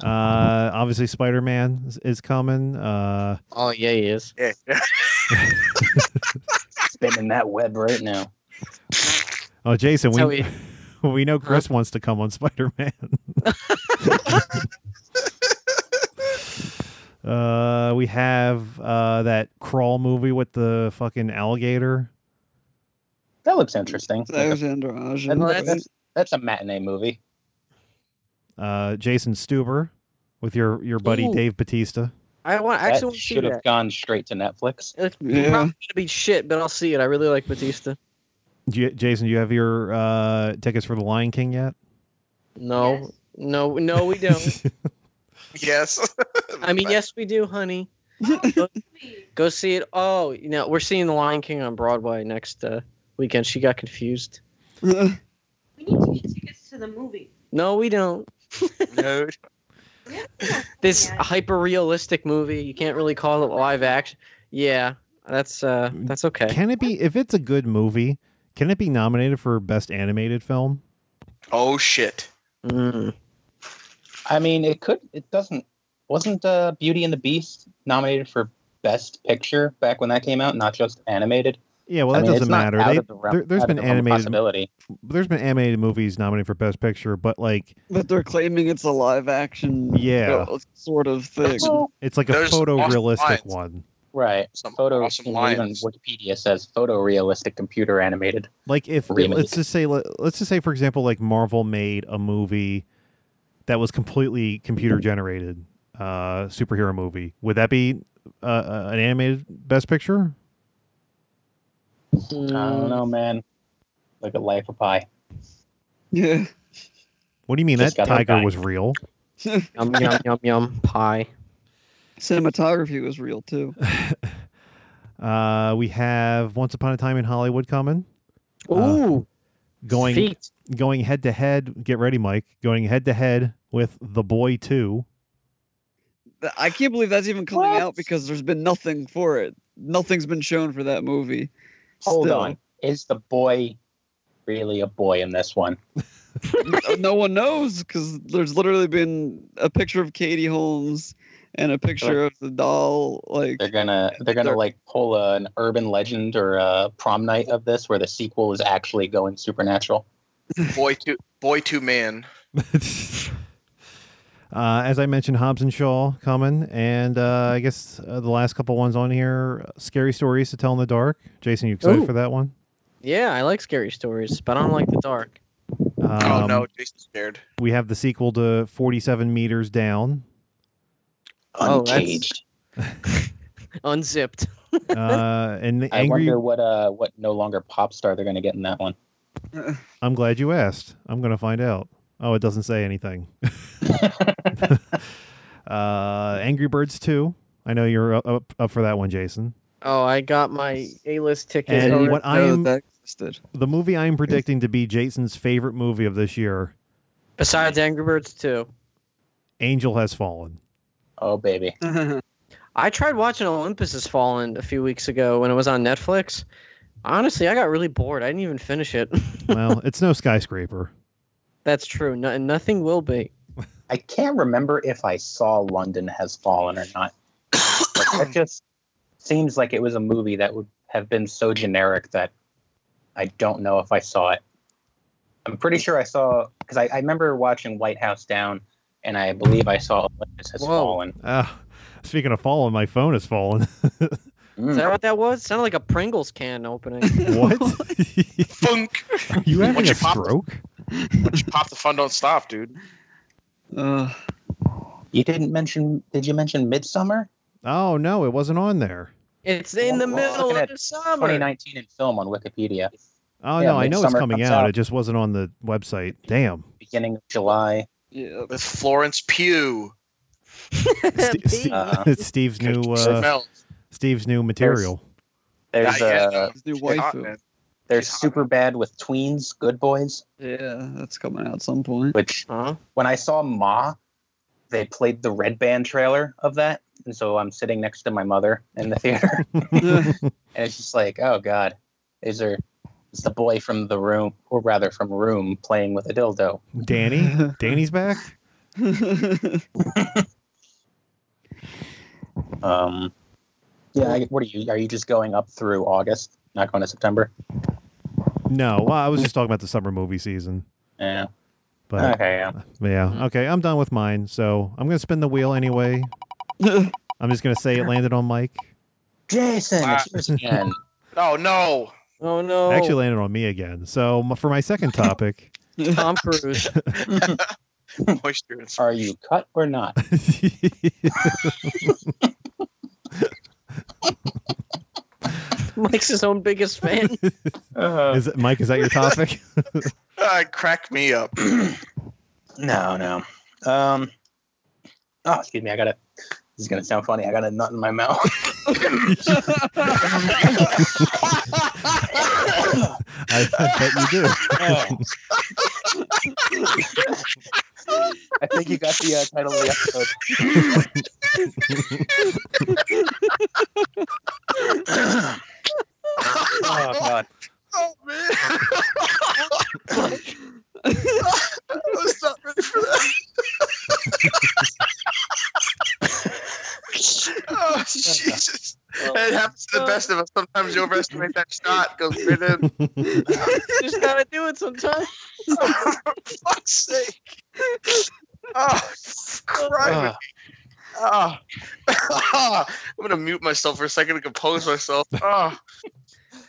Speaker 2: Uh, obviously, Spider Man is, is coming. Uh,
Speaker 3: Oh yeah, he is.
Speaker 7: Yeah.
Speaker 4: Spinning that web right now.
Speaker 2: oh, Jason,
Speaker 3: That's how
Speaker 2: we we know Chris wants to come on Spider Man. uh, we have uh, that crawl movie with the fucking alligator.
Speaker 4: That looks interesting.
Speaker 1: That was Androgen.
Speaker 4: That's-
Speaker 1: right?
Speaker 4: that's- That's a matinee movie.
Speaker 2: Uh, Jason Stuber with your your buddy
Speaker 3: Ooh.
Speaker 2: Dave Batista.
Speaker 3: I want I actually
Speaker 4: That
Speaker 3: want to see
Speaker 4: should
Speaker 3: that.
Speaker 4: have gone straight to Netflix.
Speaker 3: It's
Speaker 1: Yeah.
Speaker 3: probably gonna be shit, but I'll see it. I really like Batista.
Speaker 2: Do you, Jason, do you have your uh, tickets for the Lion King yet?
Speaker 3: No,
Speaker 4: Yes.
Speaker 3: no, no, we don't.
Speaker 7: Yes.
Speaker 3: I mean, yes, we do, honey. Go- Go see it. Oh, you know, we're seeing The Lion King on Broadway next uh, weekend. She got confused.
Speaker 6: We need to get tickets to the movie.
Speaker 3: No, we don't.
Speaker 7: No.
Speaker 3: This
Speaker 6: Yeah.
Speaker 3: hyper realistic movie, you can't really call it live action. Yeah, that's uh, that's okay.
Speaker 2: Can it be if it's a good movie? Can it be nominated for best animated film?
Speaker 7: Oh shit.
Speaker 3: Mm.
Speaker 4: I mean, it could. It doesn't. Wasn't uh, Beauty and the Beast nominated for Best Picture back when that came out? Not just animated.
Speaker 2: Yeah, well,
Speaker 4: I
Speaker 2: that
Speaker 4: mean, it's
Speaker 2: doesn't
Speaker 4: not
Speaker 2: matter.
Speaker 4: out
Speaker 2: They,
Speaker 4: of the realm-
Speaker 2: there, there's
Speaker 4: out
Speaker 2: been
Speaker 4: of the realm of
Speaker 2: animated,
Speaker 4: possibility.
Speaker 2: there's been animated movies nominated for Best Picture, but like
Speaker 1: but they're claiming it's a live action
Speaker 2: Yeah.
Speaker 1: uh, sort of thing.
Speaker 4: Well,
Speaker 2: it's like a
Speaker 7: There's awesome
Speaker 2: photorealistic
Speaker 7: lines.
Speaker 2: one.
Speaker 4: right.
Speaker 7: Some
Speaker 4: Photo.
Speaker 7: awesome
Speaker 4: even
Speaker 7: lines.
Speaker 4: Wikipedia says photorealistic computer animated.
Speaker 2: Like if
Speaker 4: Remake.
Speaker 2: let's just say let- let's just say for example, like Marvel made a movie that was completely computer generated uh, superhero movie. Would that be uh, uh, an animated Best Picture?
Speaker 4: I don't
Speaker 3: Mm.
Speaker 4: know, man. Like a life of pie.
Speaker 1: Yeah.
Speaker 2: What do you mean
Speaker 4: Just
Speaker 2: that
Speaker 4: got that
Speaker 2: tiger
Speaker 4: guy.
Speaker 2: was real?
Speaker 3: Yum yum yum yum pie.
Speaker 1: Cinematography was real too.
Speaker 2: Uh, we have Once Upon a Time in Hollywood coming, Uh,
Speaker 3: Ooh,
Speaker 2: going
Speaker 3: feet.
Speaker 2: going head to head. Get ready, Mike. Going head to head with The Boy Two.
Speaker 1: Th- I can't believe that's even coming
Speaker 4: What?
Speaker 1: out because there's been nothing for it. Nothing's been shown for that movie.
Speaker 4: Hold
Speaker 1: Still.
Speaker 4: on. Is the boy really a boy in this one?
Speaker 1: Uh, no one knows because there's literally been a picture of Katie Holmes and a picture of the doll. Like,
Speaker 4: They're gonna they're gonna
Speaker 1: They're-
Speaker 4: like pull a, an urban legend or a prom night of this where the sequel is actually going supernatural.
Speaker 7: Boy to boy to man.
Speaker 2: Uh, as I mentioned, Hobbs and Shaw coming, and uh, I guess uh, the last couple ones on here, scary stories to tell in the dark. Jason, you excited
Speaker 3: Ooh.
Speaker 2: for that one?
Speaker 3: Yeah, I like scary stories, but I don't like the dark.
Speaker 2: Um,
Speaker 7: oh no, Jason's scared.
Speaker 2: We have the sequel to Forty Seven Meters Down.
Speaker 3: Oh, that's-
Speaker 4: Uncaged.
Speaker 3: Unzipped.
Speaker 2: Uh, and the
Speaker 4: I
Speaker 2: angry.
Speaker 4: wonder what uh what no longer pop star they're gonna get in that one.
Speaker 2: I'm glad you asked. I'm gonna find out. Oh, it doesn't say anything. uh, Angry Birds Two. I know you're up- up up for that one, Jason.
Speaker 3: Oh, I got my A list ticket.
Speaker 2: And
Speaker 1: I didn't
Speaker 2: what
Speaker 1: know
Speaker 2: I am-
Speaker 1: that existed.
Speaker 2: The movie I am predicting to be Jason's favorite movie of this year,
Speaker 3: Besides Angry Birds 2.
Speaker 2: Angel Has Fallen.
Speaker 4: oh baby.
Speaker 3: I tried watching Olympus Has Fallen a few weeks ago when it was on Netflix. Honestly, I got really bored. I didn't even finish it.
Speaker 2: Well, it's no skyscraper.
Speaker 3: That's true. No, nothing will be.
Speaker 4: I can't remember if I saw London Has Fallen or not. But that just seems like it was a movie that would have been so generic that I don't know if I saw it. I'm pretty sure I saw because I, I remember watching White House Down, and I believe I saw Olympus Has
Speaker 3: Whoa.
Speaker 4: Fallen.
Speaker 2: Uh, speaking of fallen, my phone has fallen.
Speaker 4: Mm.
Speaker 3: Is that what that was? Sounded like a Pringles can opening.
Speaker 2: what?
Speaker 7: Funk.
Speaker 2: Are you having
Speaker 7: Once
Speaker 2: a
Speaker 7: you pop-
Speaker 2: stroke?
Speaker 7: Pop the fun, don't stop, dude.
Speaker 1: Ugh.
Speaker 4: You didn't mention? Did you mention Midsummer?
Speaker 2: Oh no, it wasn't on there.
Speaker 3: it's in the
Speaker 4: Well,
Speaker 3: middle
Speaker 4: looking
Speaker 3: of
Speaker 4: at
Speaker 3: the summer.
Speaker 4: 2019 in film on Wikipedia,
Speaker 2: Oh
Speaker 4: Yeah,
Speaker 2: no, I know it's
Speaker 4: Midsommar
Speaker 2: coming
Speaker 4: comes
Speaker 2: out.
Speaker 4: out.
Speaker 2: It just wasn't on the website. Damn.
Speaker 4: beginning of July.
Speaker 1: Yeah.
Speaker 7: With Florence Pugh.
Speaker 2: Ste- Ste-
Speaker 4: Uh,
Speaker 7: Uh-huh.
Speaker 2: it's Steve's new uh,
Speaker 7: Smell.
Speaker 2: Steve's new material.
Speaker 4: There's
Speaker 7: Yeah, yeah.
Speaker 4: uh,
Speaker 1: His new
Speaker 7: She's hot,
Speaker 1: waifu.
Speaker 7: man.
Speaker 4: there's super bad with tweens, good boys.
Speaker 1: Yeah, that's coming out at some point.
Speaker 4: Which
Speaker 3: Huh?
Speaker 4: when I saw Ma, they played the red band trailer of that, and so I'm sitting next to my mother in the theater, and it's just like, oh god, is there? It's the boy from the room, or rather from Room, playing with a dildo.
Speaker 2: Danny, Danny's back.
Speaker 4: Um, yeah, I, what are you? Are you just going up through August? Not going to September?
Speaker 2: No, well, I was just talking about the summer movie season.
Speaker 4: Yeah.
Speaker 2: But
Speaker 4: okay. Yeah. Mm-hmm.
Speaker 2: yeah, okay, I'm done with mine. So I'm gonna spin the wheel anyway. I'm just gonna say it landed on Mike.
Speaker 4: Jason,
Speaker 7: Ah.
Speaker 4: it's yours again.
Speaker 7: Oh no.
Speaker 3: Oh no.
Speaker 2: It Actually, landed on me again. So m- for my second topic,
Speaker 3: Tom Cruise.
Speaker 7: Moisture and
Speaker 4: Are you cut or not?
Speaker 3: Mike's his own biggest fan.
Speaker 2: is it, Mike, is that your topic?
Speaker 7: uh, crack me up.
Speaker 4: no, no. Um, oh, excuse me. I got a. This is gonna sound funny. I got a nut in my mouth.
Speaker 2: I, bet you do.
Speaker 4: I think you got the uh, title of the episode. Oh God!
Speaker 7: Oh man! I was not ready for that. oh Jesus! It happens to the best of us. Sometimes you overestimate that shot. Goes right in.
Speaker 3: Just gotta do it sometimes.
Speaker 7: For fuck's sake! Uh, Oh, cry me. Oh. I'm gonna mute myself for a second to compose myself. Oh,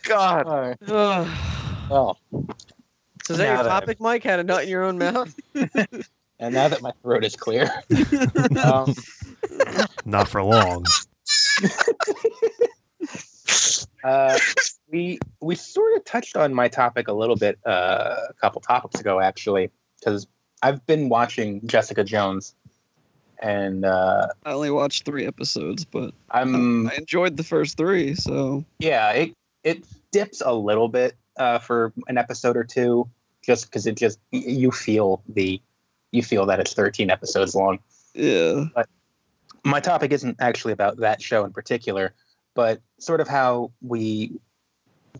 Speaker 7: God.
Speaker 4: Alright.
Speaker 3: Ugh.
Speaker 4: Oh,
Speaker 3: so is that
Speaker 4: Now
Speaker 3: your
Speaker 4: that I've-
Speaker 3: topic, Mike? Had a nut in your own mouth?
Speaker 4: and now that my throat is clear, um,
Speaker 2: Not for long.
Speaker 4: uh, we we sort of touched on my topic a little bit uh, a couple topics ago, actually, because I've been watching Jessica Jones, and uh,
Speaker 1: I only watched three episodes, but
Speaker 4: I'm
Speaker 1: Oh, I enjoyed the first three. So
Speaker 4: yeah it it dips a little bit uh, for an episode or two, just because it just y- you feel the you feel that it's 13 episodes long.
Speaker 1: yeah,
Speaker 4: my topic isn't actually about that show in particular, but sort of how we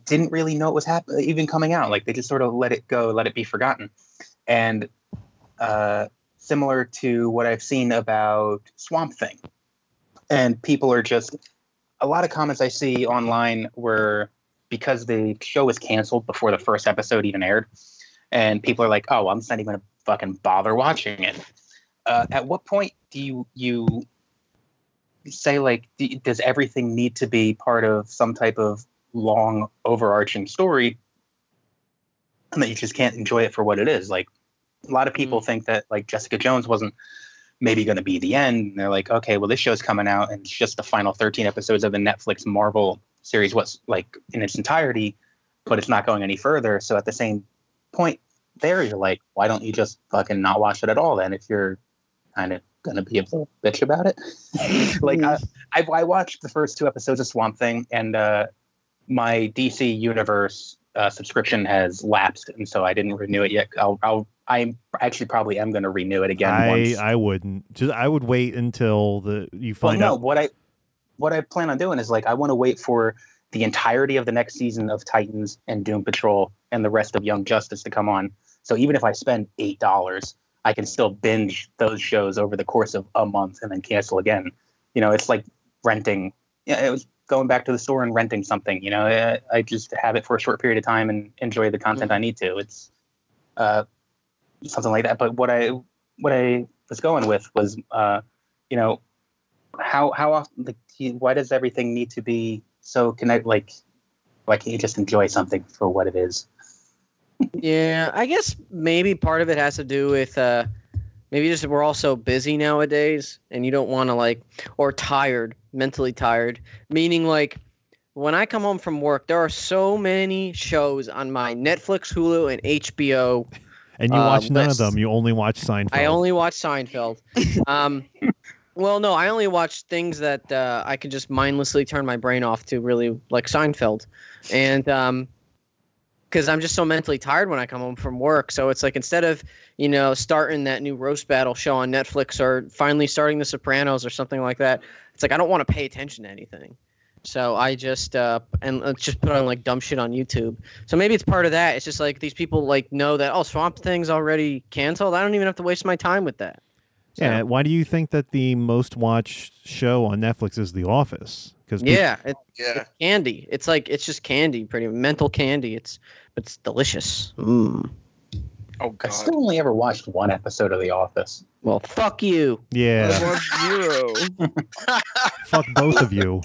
Speaker 4: didn't really know it was hap- even coming out. Like they just sort of let it go, let it be forgotten. And uh, similar to what I've seen about Swamp Thing, and people are just a lot of comments I see online were because the show was canceled before the first episode even aired, and people are like, "Oh, I'm just not even gonna fucking bother watching it." Uh, at what point do you you say like d- does everything need to be part of some type of long overarching story and that you just can't enjoy it for what it is like a lot of people think that like jessica jones wasn't maybe going to be the end. And they're like, okay, well, this show's coming out, and it's just the final 13 episodes of the Netflix Marvel series, what's like in its entirety, but it's not going any further. So at the same point, there you're like, why don't you just fucking not watch it at all then? If you're kind of gonna be a little bitch about it, like I, I, I watched the first two episodes of Swamp Thing, and uh, my DC Universe uh, subscription has lapsed, and so I didn't renew it yet. I'll, I'll I actually probably am going to renew it again.
Speaker 2: I,
Speaker 4: once.
Speaker 2: I wouldn't. Just I would wait until the you
Speaker 4: Well,
Speaker 2: find
Speaker 4: no,
Speaker 2: out.
Speaker 4: what I what I plan on doing is like I want to wait for the entirety of the next season of Titans and Doom Patrol and the rest of Young Justice to come on. So even if I spend eight dollars, I can still binge those shows over the course of a month and then cancel again. You know, it's like renting. Yeah, it was going back to the store and renting something. You know, I, I just have it for a short period of time and enjoy the content
Speaker 2: Mm-hmm.
Speaker 4: I need to. It's uh, something like that. But what I what I was going with was, uh, you know, how how often like do you- why does everything need to be so connect like why can't you just enjoy something for what it is
Speaker 3: Yeah, I guess maybe part of it has to do with uh, maybe just we're all so busy nowadays, and you don't want to like or tired, mentally tired. Meaning like when I come home from work, there are so many shows on my Netflix, Hulu, and HBO.
Speaker 2: And you
Speaker 3: uh,
Speaker 2: watch none
Speaker 3: list.
Speaker 2: of them. You only watch Seinfeld.
Speaker 3: I only watch Seinfeld. Um, well, no, I only watch things that uh, I can just mindlessly turn my brain off to, really like Seinfeld, and because I'm just so mentally tired when I come home from work. So it's like instead of you know starting that new roast battle show on Netflix or finally starting The Sopranos or something like that, it's like I don't want to pay attention to anything. So I just uh, and let's just put on like dumb shit on YouTube. So maybe it's part of that. It's just like these people like know that oh Swamp Thing's already canceled. I don't even have to waste my time with that. So,
Speaker 2: Yeah. Why do you think that the most watched show on Netflix is The Office? Because
Speaker 3: yeah, it,
Speaker 7: Yeah.
Speaker 3: it's candy. It's like it's just candy, pretty mental candy. It's but it's delicious. Mm.
Speaker 7: Oh
Speaker 4: i
Speaker 7: god.
Speaker 4: still only ever watched one episode of the office
Speaker 3: Well, fuck you.
Speaker 2: yeah,
Speaker 1: One zero.
Speaker 2: fuck both of you.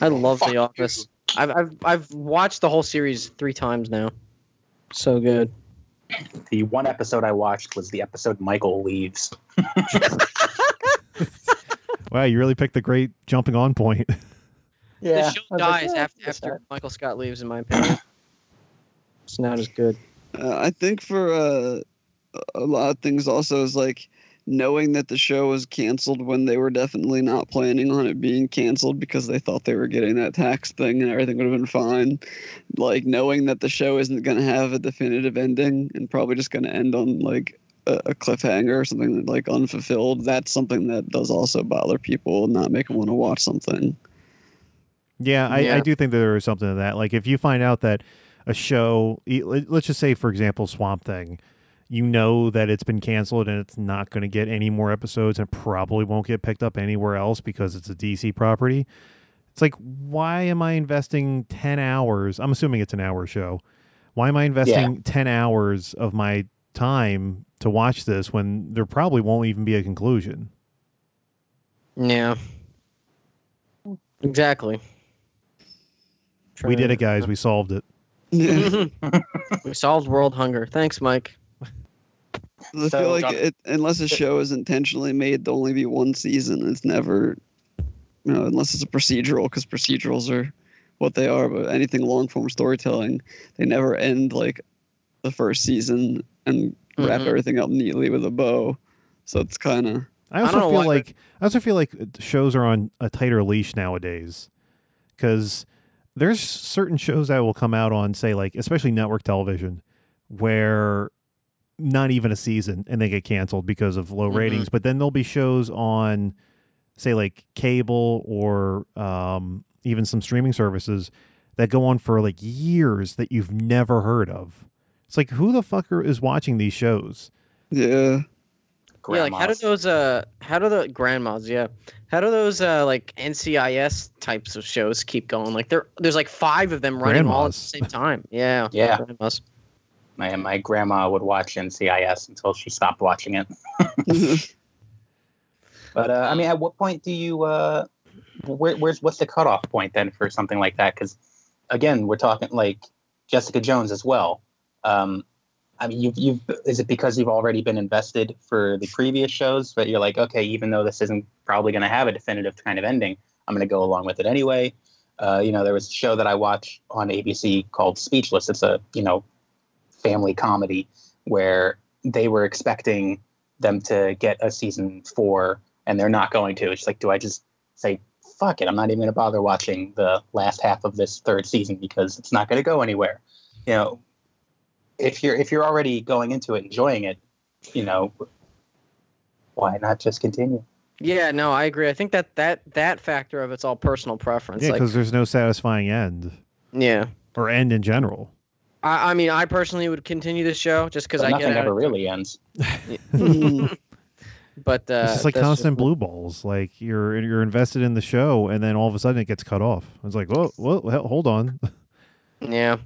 Speaker 3: I love
Speaker 7: Fuck
Speaker 3: The Office. I've, I've I've watched the whole series three times now. So good.
Speaker 4: the one episode i watched was the episode michael leaves
Speaker 2: Wow, you really picked the great jumping on point.
Speaker 3: the show dies after after Michael Scott leaves, in my opinion. it's not as good.
Speaker 1: Uh, I think for uh, a lot of things also is like knowing that the show was canceled when they were definitely not planning on it being canceled because they thought they were getting that tax thing and everything would have been fine. Like knowing that the show isn't going to have a definitive ending and probably just going to end on like a, a cliffhanger or something that, like unfulfilled. That's something that does also bother people and not make them want to watch something.
Speaker 2: Yeah, I,
Speaker 3: Yeah.
Speaker 2: I do think that there is something to that. Like, if you find out that a show, e- let- let's just say, for example, Swamp Thing, you know that it's been canceled and it's not going to get any more episodes and probably won't get picked up anywhere else because it's a DC property. It's like, why am I investing 10 hours? I'm assuming it's an hour show. Why am I investing 10 hours of my time to watch this when there probably won't even be a conclusion?
Speaker 3: Yeah. Exactly.
Speaker 2: We did it, guys. We solved it.
Speaker 1: Yeah.
Speaker 3: we solved world hunger. Thanks, Mike.
Speaker 1: I
Speaker 4: So-
Speaker 1: feel like it, unless a show is intentionally made to only be one season, it's never, you know, unless it's a procedural, because procedurals are what they are. But anything long form storytelling, they never end like the first season and wrap
Speaker 3: Mhm.
Speaker 1: everything up neatly with a bow. So it's kind of
Speaker 2: I
Speaker 3: don't
Speaker 2: also
Speaker 3: know
Speaker 2: feel
Speaker 3: why,
Speaker 2: like I also feel like uh, shows are on a tighter leash nowadays because there's certain shows that will come out on say like especially network television where not even a season and they get canceled because of low
Speaker 3: Mhm.
Speaker 2: ratings but then there'll be shows on say like cable or um, even some streaming services that go on for like years that you've never heard of it's like who the fucker is watching these shows
Speaker 1: yeah.
Speaker 3: Yeah, like how do those uh how do the grandmas, yeah. How do those uh like NCIS types of shows keep going? Like there there's like five of them running all at the
Speaker 2: Grandmas.
Speaker 3: same time. Yeah.
Speaker 4: Yeah.
Speaker 3: Grandmas.
Speaker 4: my, my grandma would watch ncis until she stopped watching it but uh, i mean at what point do you uh where, where's what's the cutoff point then for something like that because again we're talking like jessica jones as well um I mean, you've, you've is it because you've already been invested for the previous shows, but you're like, okay, even though this isn't probably going to have a definitive kind of ending, I'm going to go along with it anyway. Uh, you know, there was a show that I watch on ABC called Speechless. It's a you know family comedy where they were expecting them to get a season four, and they're not going to. It's just like, do I just say fuck it? I'm not even going to bother watching the last half of this third season because it's not going to go anywhere. You know, if you're if you're already going into it enjoying it, you know, why not just continue?
Speaker 3: Yeah, no, I agree. I think that that that factor of it's all personal preference.
Speaker 2: yeah,
Speaker 3: like,
Speaker 2: because there's no satisfying end
Speaker 3: yeah.
Speaker 2: or end in general.
Speaker 3: I, I mean, I personally would continue the show just because
Speaker 4: But
Speaker 3: I
Speaker 4: nothing
Speaker 3: get out
Speaker 4: ever
Speaker 3: of-
Speaker 4: really ends.
Speaker 1: Mm.
Speaker 3: But uh,
Speaker 2: it's just like
Speaker 3: that's
Speaker 2: constant blue balls. Like you're you're invested in the show, and then all of a sudden it gets cut off. It's like, whoa, whoa, hell, hold on.
Speaker 3: Yeah.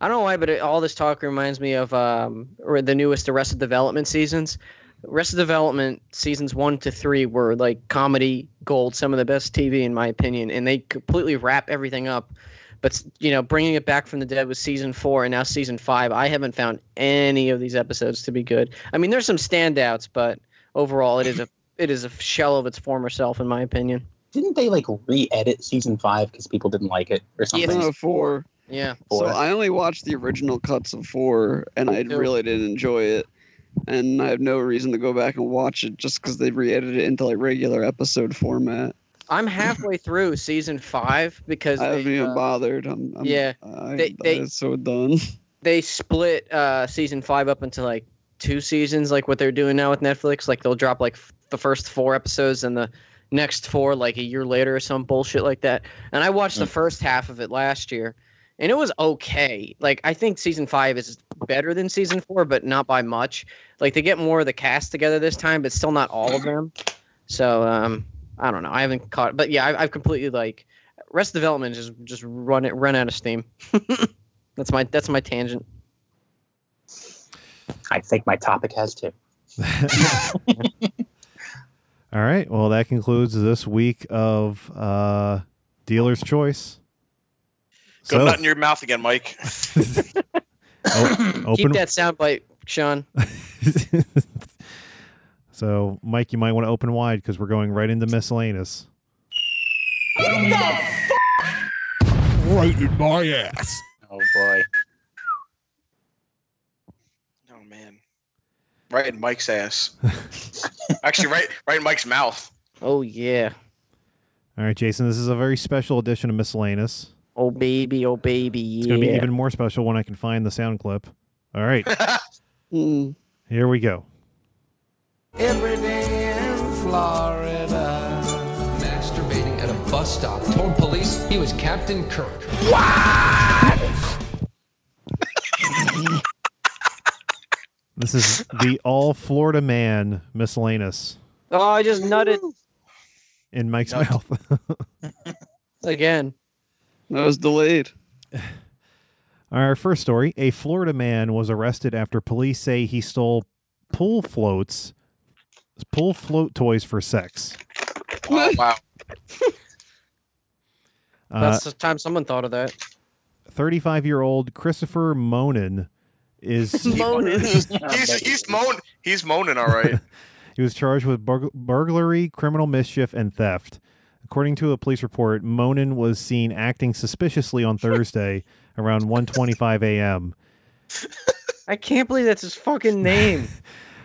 Speaker 3: I don't know why, but it, all this talk reminds me of um, or the newest Arrested Development seasons. Arrested Development seasons one to three were like comedy gold, some of the best TV in my opinion, and they completely wrap everything up. But you know, bringing it back from the dead with season four and now season five, I haven't found any of these episodes to be good. I mean, there's some standouts, but overall, it is a it is a shell of its former self, in my opinion.
Speaker 4: Didn't they like re-edit season five because people didn't like it
Speaker 1: I
Speaker 3: Yeah,
Speaker 4: or something?
Speaker 1: don't know, four.
Speaker 3: Yeah,
Speaker 1: So
Speaker 4: Or-
Speaker 1: I only watched the original cuts of four, and I
Speaker 3: too.
Speaker 1: really didn't enjoy it. And I have no reason to go back and watch it just because they re-edited it into like regular episode format.
Speaker 3: I'm halfway through season five because
Speaker 1: I haven't
Speaker 3: they,
Speaker 1: even
Speaker 3: uh,
Speaker 1: bothered. I'm, I'm
Speaker 3: yeah,
Speaker 1: I,
Speaker 3: they- they-
Speaker 1: I'm so done.
Speaker 3: they split uh, season five up into like two seasons, like what they're doing now with Netflix. Like they'll drop like f- the first four episodes and the next four like a year later or some bullshit like that. And I watched the first half of it last year, and it was okay. Like I think season five is better than season four, but not by much. Like they get more of the cast together this time, but still not all of them. So um, I don't know. I haven't caught, but yeah, I, I've completely like rest development just just run it run out of steam. that's my that's my tangent.
Speaker 4: I think my topic has too.
Speaker 2: All right. Well, that concludes this week of uh, dealer's choice.
Speaker 7: Go
Speaker 2: So,
Speaker 7: nut in your mouth again, Mike.
Speaker 2: o-
Speaker 3: Keep
Speaker 2: open.
Speaker 3: that soundbite, Sean.
Speaker 2: so, Mike, you might want to open wide because we're going right into miscellaneous.
Speaker 8: Right in my ass.
Speaker 4: Oh boy.
Speaker 7: Oh man. Right in Mike's ass. Actually, right right in Mike's mouth.
Speaker 3: Oh yeah.
Speaker 2: All right, Jason. This is a very special edition of miscellaneous.
Speaker 3: Oh baby, oh baby,
Speaker 2: It's
Speaker 3: yeah.
Speaker 2: going to be even more special when I can find the sound clip. All right,
Speaker 1: Mm.
Speaker 2: here we go.
Speaker 5: Every day in Florida.
Speaker 9: masturbating at a bus stop, told police he was Captain Kirk.
Speaker 2: This is the All Florida Man miscellaneous
Speaker 3: oh, I just nutted
Speaker 2: in Mike's
Speaker 7: Nut.
Speaker 2: mouth.
Speaker 3: again.
Speaker 1: That was delayed.
Speaker 2: Our first story a Florida man was arrested after police say he stole pool floats, pool float toys for sex.
Speaker 7: Oh, wow.
Speaker 2: Uh,
Speaker 3: That's the time someone thought of that.
Speaker 2: 35 year old Christopher Monin is
Speaker 7: he's, he's moaning. He's moaning. All right.
Speaker 2: He was charged with burg- burglary, criminal mischief, and theft. According to a police report, Monin was seen acting suspiciously on Thursday around 1:25 a.m.
Speaker 3: I can't believe that's his fucking name.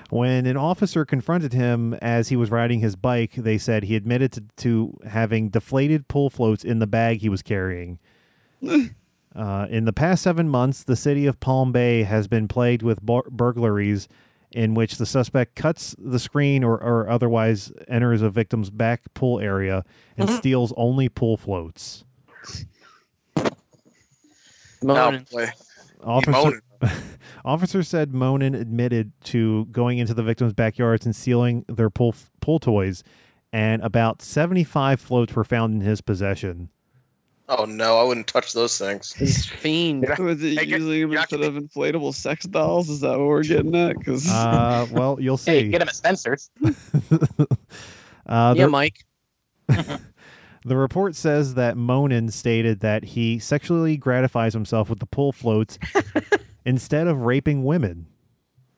Speaker 2: When an officer confronted him as he was riding his bike, they said he admitted to, to having deflated pool floats in the bag he was carrying. uh, in the past seven months, the city of Palm Bay has been plagued with bur- burglaries in which the suspect cuts the screen or, or otherwise enters a victim's back pool area and steals only pool floats.
Speaker 7: Oh,
Speaker 3: Moaning.
Speaker 7: boy. He
Speaker 2: Officer,
Speaker 7: moaning.
Speaker 2: Officers said Monin admitted to going into the victims' backyards and stealing their pool pool toys, and about 75 floats were found in his possession.
Speaker 7: Oh no, I wouldn't touch those things.
Speaker 3: He's fiend.
Speaker 7: Yeah.
Speaker 1: Was it
Speaker 7: Hey, get-
Speaker 1: using them
Speaker 7: you're not
Speaker 1: instead of inflatable sex dolls? Is that what we're getting at? Because
Speaker 2: Uh, well, you'll
Speaker 4: Hey,
Speaker 2: see.
Speaker 4: get him at Spencer's.
Speaker 2: uh, the,
Speaker 3: yeah, Mike.
Speaker 2: the report says that Monin stated that he sexually gratifies himself with the pool floats instead of raping women.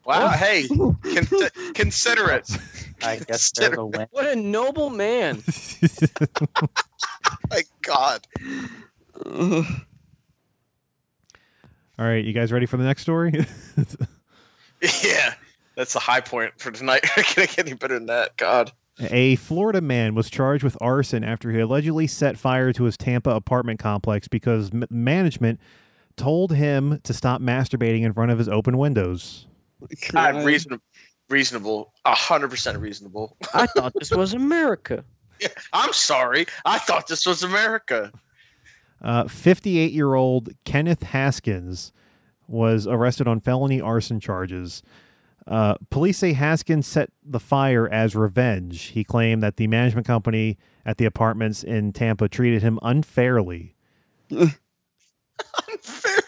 Speaker 7: Wow. Hey, con- consider it.
Speaker 4: I guess there's a win.
Speaker 3: What a noble man.
Speaker 7: My God.
Speaker 1: Oh
Speaker 2: All right, you guys ready for the next story?
Speaker 7: Yeah. That's the high point for tonight. I can't get any better than that. God.
Speaker 2: A Florida man was charged with arson after he allegedly set fire to his Tampa apartment complex because m- management told him to stop masturbating in front of his open windows.
Speaker 7: God, reasonable. Reasonable. hundred percent reasonable.
Speaker 3: I thought this was America.
Speaker 7: I'm sorry. I thought this was America.
Speaker 2: 58 year old Uh, Kenneth Haskins was arrested on felony arson charges. Uh, police say Haskins set the fire as revenge. He claimed that the management company at the apartments in Tampa treated him unfairly.
Speaker 7: Unfair.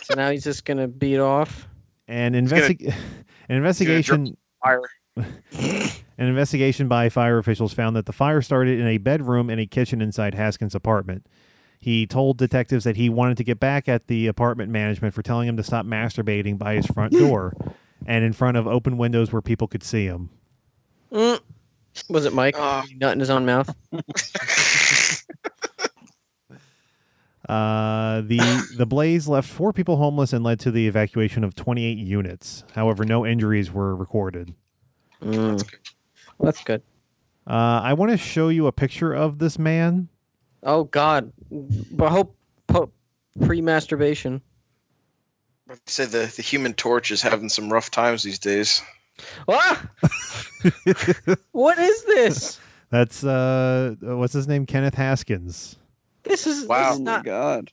Speaker 3: So now he's just gonna beat off.
Speaker 2: An,
Speaker 7: gonna-
Speaker 2: investi- an investigation
Speaker 7: Fire.
Speaker 2: An investigation by fire officials found that the fire started in a bedroom and a kitchen inside Haskins' apartment. He told detectives that he wanted to get back at the apartment management for telling him to stop masturbating by his front door and in front of open windows where people could see him.
Speaker 3: Mm. Was it Mike?
Speaker 7: Ah.
Speaker 3: Nut in his own mouth.
Speaker 2: Uh, the the blaze left four people homeless and led to the evacuation of 28 units. However, no injuries were recorded.
Speaker 3: Mm. Well, that's good.
Speaker 2: Uh, I want to show you a picture of this man.
Speaker 3: Oh God. But I hope po- pre-masturbation.
Speaker 7: I say the, the human torch is having some rough times these days.
Speaker 3: Ah! what is this?
Speaker 2: That's uh, what's his name? Kenneth Haskins.
Speaker 3: This is
Speaker 7: Wow.
Speaker 3: wow.
Speaker 1: Oh my
Speaker 3: not.
Speaker 1: god.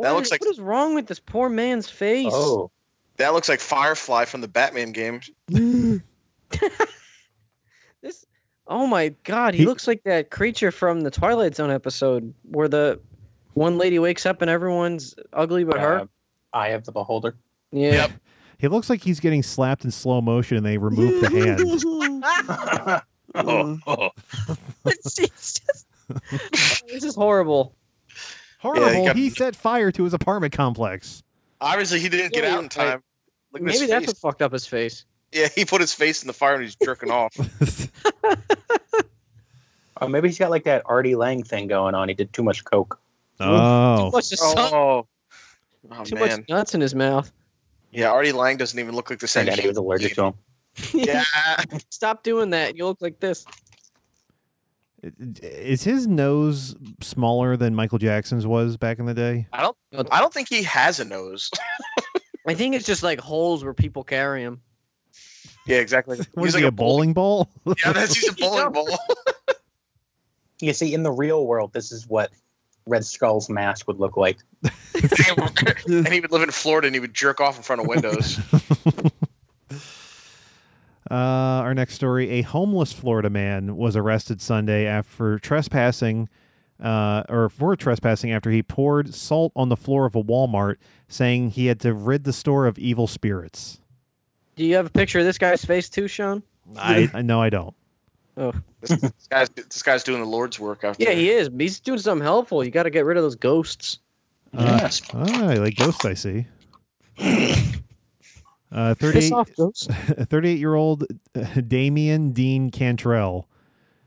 Speaker 3: That looks like... what is wrong with this poor man's face?
Speaker 4: Oh,
Speaker 7: That looks like Firefly from the Batman game.
Speaker 3: This. Oh my God. He,
Speaker 2: He-
Speaker 3: looks like that creature from the Twilight Zone episode where the one lady wakes up and everyone's ugly but her.
Speaker 4: uh, Eye of the Beholder.
Speaker 3: Yeah.
Speaker 7: Yep.
Speaker 2: He looks like he's getting slapped in slow motion and they remove the hand.
Speaker 1: Uh,
Speaker 7: oh.
Speaker 3: it's just, this is horrible.
Speaker 2: Horrible.
Speaker 7: Yeah, he got-
Speaker 2: he set fire to his apartment complex.
Speaker 7: Obviously, he didn't get
Speaker 3: Yeah,
Speaker 7: out in time. Look at his
Speaker 3: Maybe that's
Speaker 7: face.
Speaker 3: what fucked up his face.
Speaker 7: Yeah, he put his face in the fire and he's jerking off.
Speaker 4: Oh, maybe he's got like that Artie Lang thing going on. He did too much coke.
Speaker 2: oh.
Speaker 3: What's the sun-
Speaker 7: Oh,
Speaker 3: Too
Speaker 7: man.
Speaker 3: much nuts in his mouth.
Speaker 7: Yeah, Artie Lang doesn't even look like the same.
Speaker 4: And that he was allergic to him.
Speaker 7: Yeah,
Speaker 3: Stop doing that. You look like this.
Speaker 2: Is his nose smaller than Michael Jackson's was back in the day?
Speaker 7: I don't. I don't think he has a nose.
Speaker 3: I think it's just like holes where people carry him.
Speaker 7: yeah, exactly.
Speaker 2: Was he a bowling ball?
Speaker 7: Yeah, that's he's a bowling ball.
Speaker 4: You see, in the real world, this is what Red Skull's mask would look like.
Speaker 7: and he would live in Florida and he would jerk off in front of windows.
Speaker 2: Uh, our next story: A homeless Florida man was arrested Sunday after trespassing, uh, or for trespassing after he poured salt on the floor of a Walmart, saying he had to rid the store of evil spirits.
Speaker 3: Do you have a picture of this guy's face too, Sean?
Speaker 2: I I- no, I don't.
Speaker 7: this, this guy's this guy's doing the Lord's work out
Speaker 3: Yeah,
Speaker 7: there.
Speaker 3: he is. but He's doing something helpful. You got to get rid of those ghosts.
Speaker 2: Uh,
Speaker 7: Yes.
Speaker 2: Oh, like ghosts, I see. Uh,
Speaker 3: Piss
Speaker 2: 38,
Speaker 3: off, ghosts.
Speaker 2: 38 year old Damien Dean Cantrell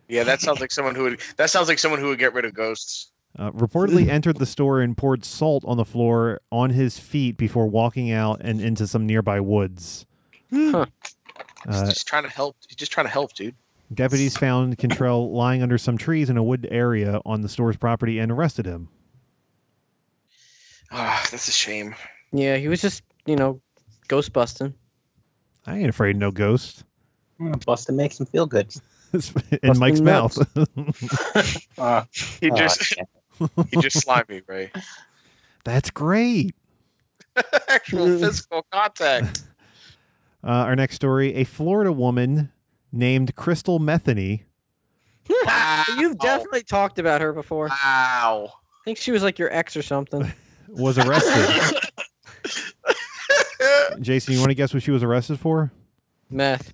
Speaker 7: Yeah, that sounds like someone who would. That sounds like someone who would get rid of ghosts.
Speaker 2: uh, reportedly entered the store and poured salt on the floor on his feet before walking out and into some nearby woods.
Speaker 3: Huh.
Speaker 7: He's
Speaker 2: Uh,
Speaker 7: just trying to help. He's just trying to help, dude.
Speaker 2: deputies found Cantrell lying under some trees in a wooded area on the store's property and arrested him.
Speaker 7: Ah, that's a shame.
Speaker 3: Yeah, he was just, you know, ghost busting.
Speaker 2: I ain't afraid of no ghost. Hmm.
Speaker 4: Mm, Bustin makes him feel good.
Speaker 2: in Mike's mouth.
Speaker 3: nuts.
Speaker 4: Uh,
Speaker 7: He
Speaker 4: oh,
Speaker 7: just
Speaker 4: yeah.
Speaker 7: he just slimy, Ray.
Speaker 2: That's great.
Speaker 7: Actual physical contact.
Speaker 2: Uh, our next story a Florida woman named Crystal Metheny.
Speaker 7: Wow.
Speaker 3: You've definitely talked about her before. I
Speaker 7: Wow.
Speaker 3: think she was like your ex or something.
Speaker 2: was arrested. Jason, you want to guess what she was arrested for?
Speaker 3: Meth.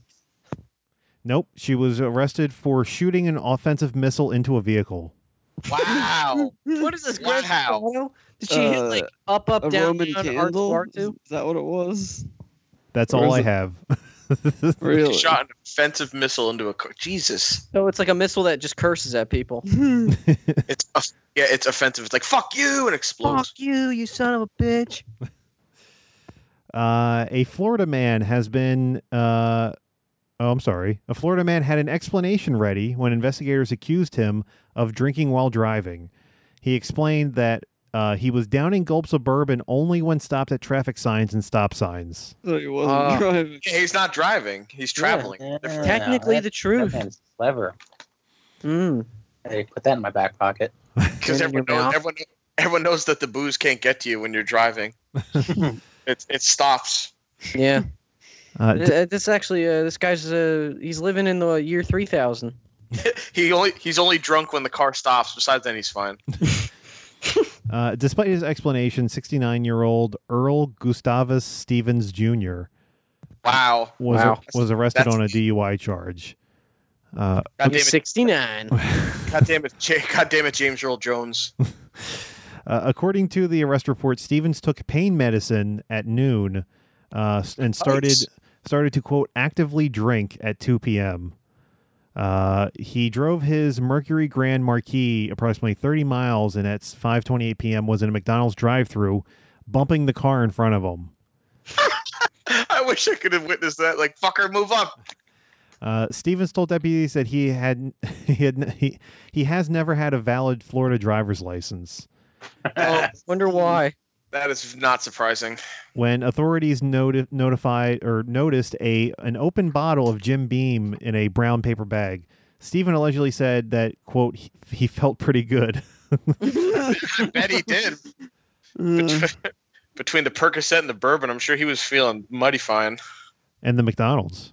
Speaker 2: Nope. She was arrested for shooting an offensive missile into a vehicle.
Speaker 7: Wow.
Speaker 3: What is this?
Speaker 7: Wow. Uh,
Speaker 3: Wow. Did she hit like up,
Speaker 1: a
Speaker 3: up, down,
Speaker 1: Roman
Speaker 3: down,
Speaker 1: candle?
Speaker 3: R2,
Speaker 1: Is
Speaker 3: R2?
Speaker 1: that what it was?
Speaker 2: That's
Speaker 1: Where
Speaker 2: all
Speaker 1: is
Speaker 2: I
Speaker 1: it?
Speaker 2: have.
Speaker 1: Really?
Speaker 7: Shot an offensive missile into a car. Jesus,
Speaker 3: So it's like a missile that just curses at people.
Speaker 7: it's off- yeah, it's offensive. It's like fuck you and explodes.
Speaker 3: you, you son of a bitch.
Speaker 2: Uh, a Florida man has been. Uh, oh, I'm sorry. A Florida man had an explanation ready when investigators accused him of drinking while driving. He explained that uh, he was downing gulps of bourbon only when stopped at traffic signs and stop signs.
Speaker 1: So he wasn't
Speaker 7: Uh,
Speaker 3: Ah.
Speaker 1: driving.
Speaker 7: Yeah, he's not driving. He's traveling. Different.
Speaker 3: Technically,
Speaker 4: that-
Speaker 3: the truth.
Speaker 4: That man's clever.
Speaker 3: Mm.
Speaker 4: Hey, put that in my back pocket.
Speaker 3: Turn
Speaker 7: because
Speaker 3: in
Speaker 7: everyone
Speaker 3: your
Speaker 7: knows,
Speaker 3: mouth.
Speaker 7: everyone, everyone knows that the booze can't get to you when you're driving. it, it stops.
Speaker 3: Yeah.
Speaker 2: Uh, d-
Speaker 3: Uh, this actually, uh, this guy's uh, he's living in the year three thousand.
Speaker 7: He only he's only drunk when the car stops. Besides then, he's fine.
Speaker 2: uh, despite his explanation, 69 year old Earl Gustavus Stevens Jr.
Speaker 7: Wow.
Speaker 2: was
Speaker 3: Wow.
Speaker 2: was arrested
Speaker 7: That's-
Speaker 2: on a DUI charge. Uh,
Speaker 7: God damn
Speaker 3: He's
Speaker 7: it!
Speaker 3: sixty nine.
Speaker 7: God damn it! Ja- God damn it! James Earl Jones.
Speaker 2: Uh, according to the arrest report, Stevens took pain medicine at noon uh, s- and started
Speaker 7: Yikes.
Speaker 2: started to quote actively drink at 2 p.m. Uh, he drove his Mercury Grand Marquis approximately 30 miles, and at 5:28 p.m. was in a McDonald's drive-through, bumping the car in front of him.
Speaker 7: I wish I could have witnessed that. Like fucker, move up.
Speaker 2: Uh, Stevens told deputies that he had he had n- he, he has never had a valid Florida driver's license.
Speaker 3: Oh, wonder why.
Speaker 7: That is not surprising.
Speaker 2: when authorities noti- notified or noticed a an open bottle of Jim Beam in a brown paper bag. Stephen allegedly said that quote he, he felt pretty good.
Speaker 7: I bet he did.
Speaker 1: Uh,
Speaker 3: Mm.
Speaker 7: Between the Percocet and the bourbon, I'm sure he was feeling mighty fine.
Speaker 2: and the McDonald's.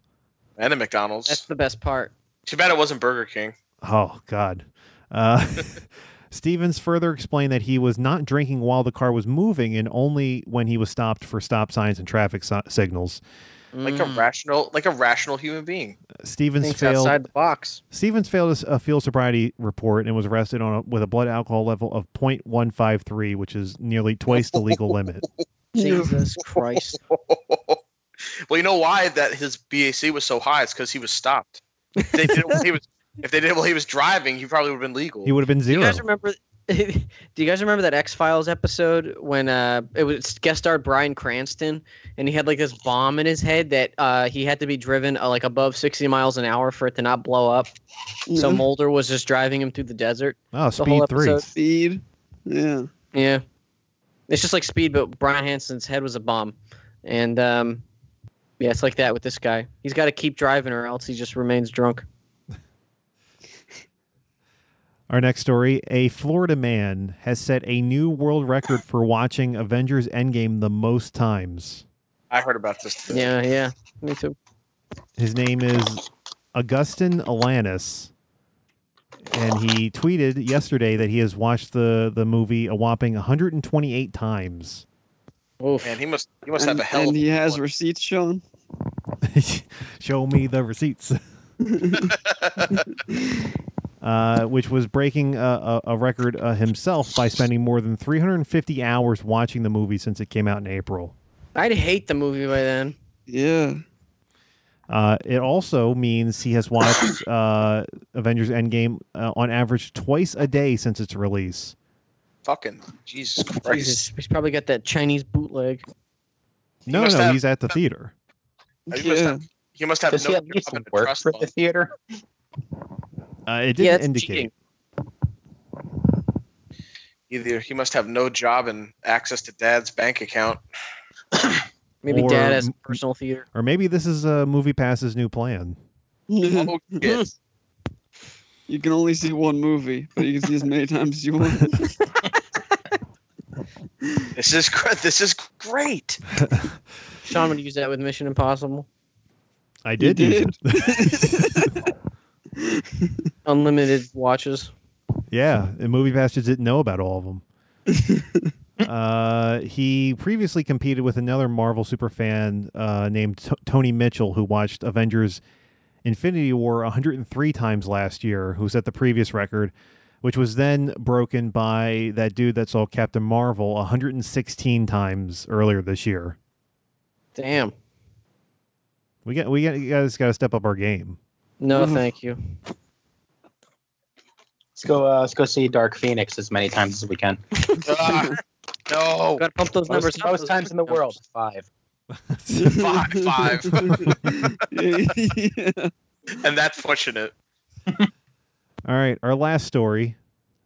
Speaker 7: And the McDonald's.
Speaker 3: That's the best part.
Speaker 7: Too bad it wasn't Burger King.
Speaker 2: Oh God. Uh, Stevens further explained that he was not drinking while the car was moving and only when he was stopped for stop signs and traffic si- signals.
Speaker 7: Like
Speaker 3: Mm.
Speaker 7: a rational, like a rational human being.
Speaker 2: Stevens
Speaker 3: Thinks
Speaker 2: failed
Speaker 3: outside the box.
Speaker 2: Stevens failed a field sobriety report and was arrested on a, with a blood alcohol level of 0.153, which is nearly twice the legal limit.
Speaker 3: Jesus Christ.
Speaker 7: well, you know why that his BAC was so high? It's because he was stopped. If they did it while he was, if they did it while he was driving, he probably would have been legal.
Speaker 2: He would have been
Speaker 3: Do you
Speaker 2: zero.
Speaker 3: guys remember? do you guys remember that X Files episode when uh, it was guest starred Brian Cranston and he had like this bomb in his head that uh, he had to be driven uh, like above sixty miles an hour for it to not blow up? So
Speaker 1: Mm-hmm.
Speaker 3: Mulder was just driving him through the desert.
Speaker 2: Oh,
Speaker 3: the whole
Speaker 2: Speed 3.
Speaker 3: episode.
Speaker 1: speed. Yeah.
Speaker 3: Yeah, it's just like Speed, but Brian Hansen's head was a bomb, and um, yeah, it's like that with this guy. He's got to keep driving or else he just remains drunk.
Speaker 2: Our next story a Florida man has set a new world record for watching Avengers Endgame the most times.
Speaker 7: I heard about this. Today.
Speaker 3: Yeah, yeah, me too.
Speaker 2: His name is Augustin Alanis. And he tweeted yesterday that he has watched the, the movie a whopping 128 times.
Speaker 3: Oof.
Speaker 7: Man, he must he must
Speaker 1: And,
Speaker 7: have a hell.
Speaker 1: and
Speaker 7: of a
Speaker 1: he has
Speaker 7: one.
Speaker 1: receipts, Sean.
Speaker 2: Show me the receipts. uh, which was breaking a, a, a record uh, himself by spending more than 350 hours watching the movie since it came out in April.
Speaker 3: I'd hate the movie by then.
Speaker 1: Yeah.
Speaker 2: Uh, it also means he has watched uh, Avengers Endgame uh, on average twice a day since its release.
Speaker 7: fucking Jesus Christ.
Speaker 3: Jesus, he's probably got that Chinese bootleg.
Speaker 2: No,
Speaker 7: must
Speaker 2: no,
Speaker 7: have-
Speaker 2: he's at the theater.
Speaker 7: He must
Speaker 1: Yeah.
Speaker 7: have, he must have
Speaker 4: Does
Speaker 7: no
Speaker 4: he at least
Speaker 7: job and a
Speaker 4: work
Speaker 7: trust
Speaker 4: for the
Speaker 7: fund.
Speaker 4: theater?
Speaker 2: Uh, it
Speaker 3: yeah,
Speaker 2: didn't
Speaker 3: that's
Speaker 2: indicate.
Speaker 3: cheating.
Speaker 7: Either he must have no job and access to dad's bank account.
Speaker 3: Maybe
Speaker 2: Or-
Speaker 3: dad has a personal theater.
Speaker 2: Or maybe this is uh, Movie Pass's new plan.
Speaker 7: Oh, shit.
Speaker 1: you can only see one movie, but you can see as many times as you want.
Speaker 7: this is gr- this is great.
Speaker 3: Sean would use that with Mission Impossible.
Speaker 2: I did. use it.
Speaker 3: Unlimited watches.
Speaker 2: Yeah, and Movie Pass just didn't know about all of them. uh, he previously competed with another Marvel superfan uh, named T- Tony Mitchell, who watched Avengers Infinity War 103 times last year, who set the previous record, which was then broken by that dude that saw Captain Marvel 116 times earlier this year.
Speaker 3: Damn.
Speaker 2: We got we got you guys got to step up our game.
Speaker 3: No,
Speaker 2: Mm-hmm.
Speaker 4: Mhm.
Speaker 3: thank you.
Speaker 4: Let's go. Uh, let's go see Dark Phoenix as many times as we can.
Speaker 7: Ah, no.
Speaker 3: Gotta pump those numbers.
Speaker 4: Most,
Speaker 3: up,
Speaker 4: most
Speaker 3: those
Speaker 4: times in the
Speaker 3: numbers.
Speaker 4: world, five.
Speaker 7: Five, five. And that's pushing it.
Speaker 2: All right, our last story.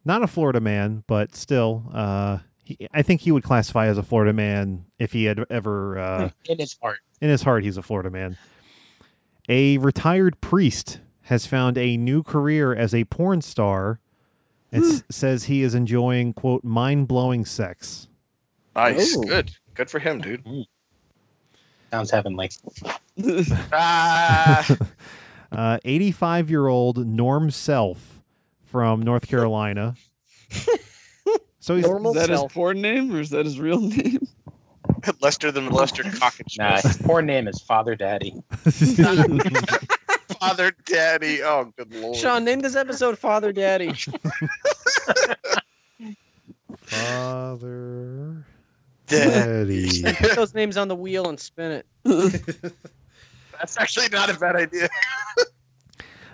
Speaker 2: Not a Florida man, but still, uh, he, I think he would classify as a Florida man if he had ever uh,
Speaker 4: In his heart.
Speaker 2: in his heart he's a Florida man. A retired priest has found a new career as a porn star and s- says he is enjoying quote mind-blowing sex.
Speaker 7: Nice.
Speaker 3: Ooh.
Speaker 7: Good. Good for him, dude.
Speaker 4: Sounds heavenly.
Speaker 7: Ah,
Speaker 2: Uh, 85-year-old Norm Self from North Carolina. so he's
Speaker 3: Normal
Speaker 1: is that his
Speaker 3: self.
Speaker 1: porn name or is that his real name?
Speaker 7: Lester than Lester cock and
Speaker 4: Nah, his poor name is Father Daddy.
Speaker 7: Father, daddy. Oh, good lord.
Speaker 3: Sean, name this episode "Father Daddy."
Speaker 2: Father
Speaker 7: Dad.
Speaker 2: Daddy.
Speaker 3: Put those names on the wheel and spin it.
Speaker 7: That's actually not a bad idea.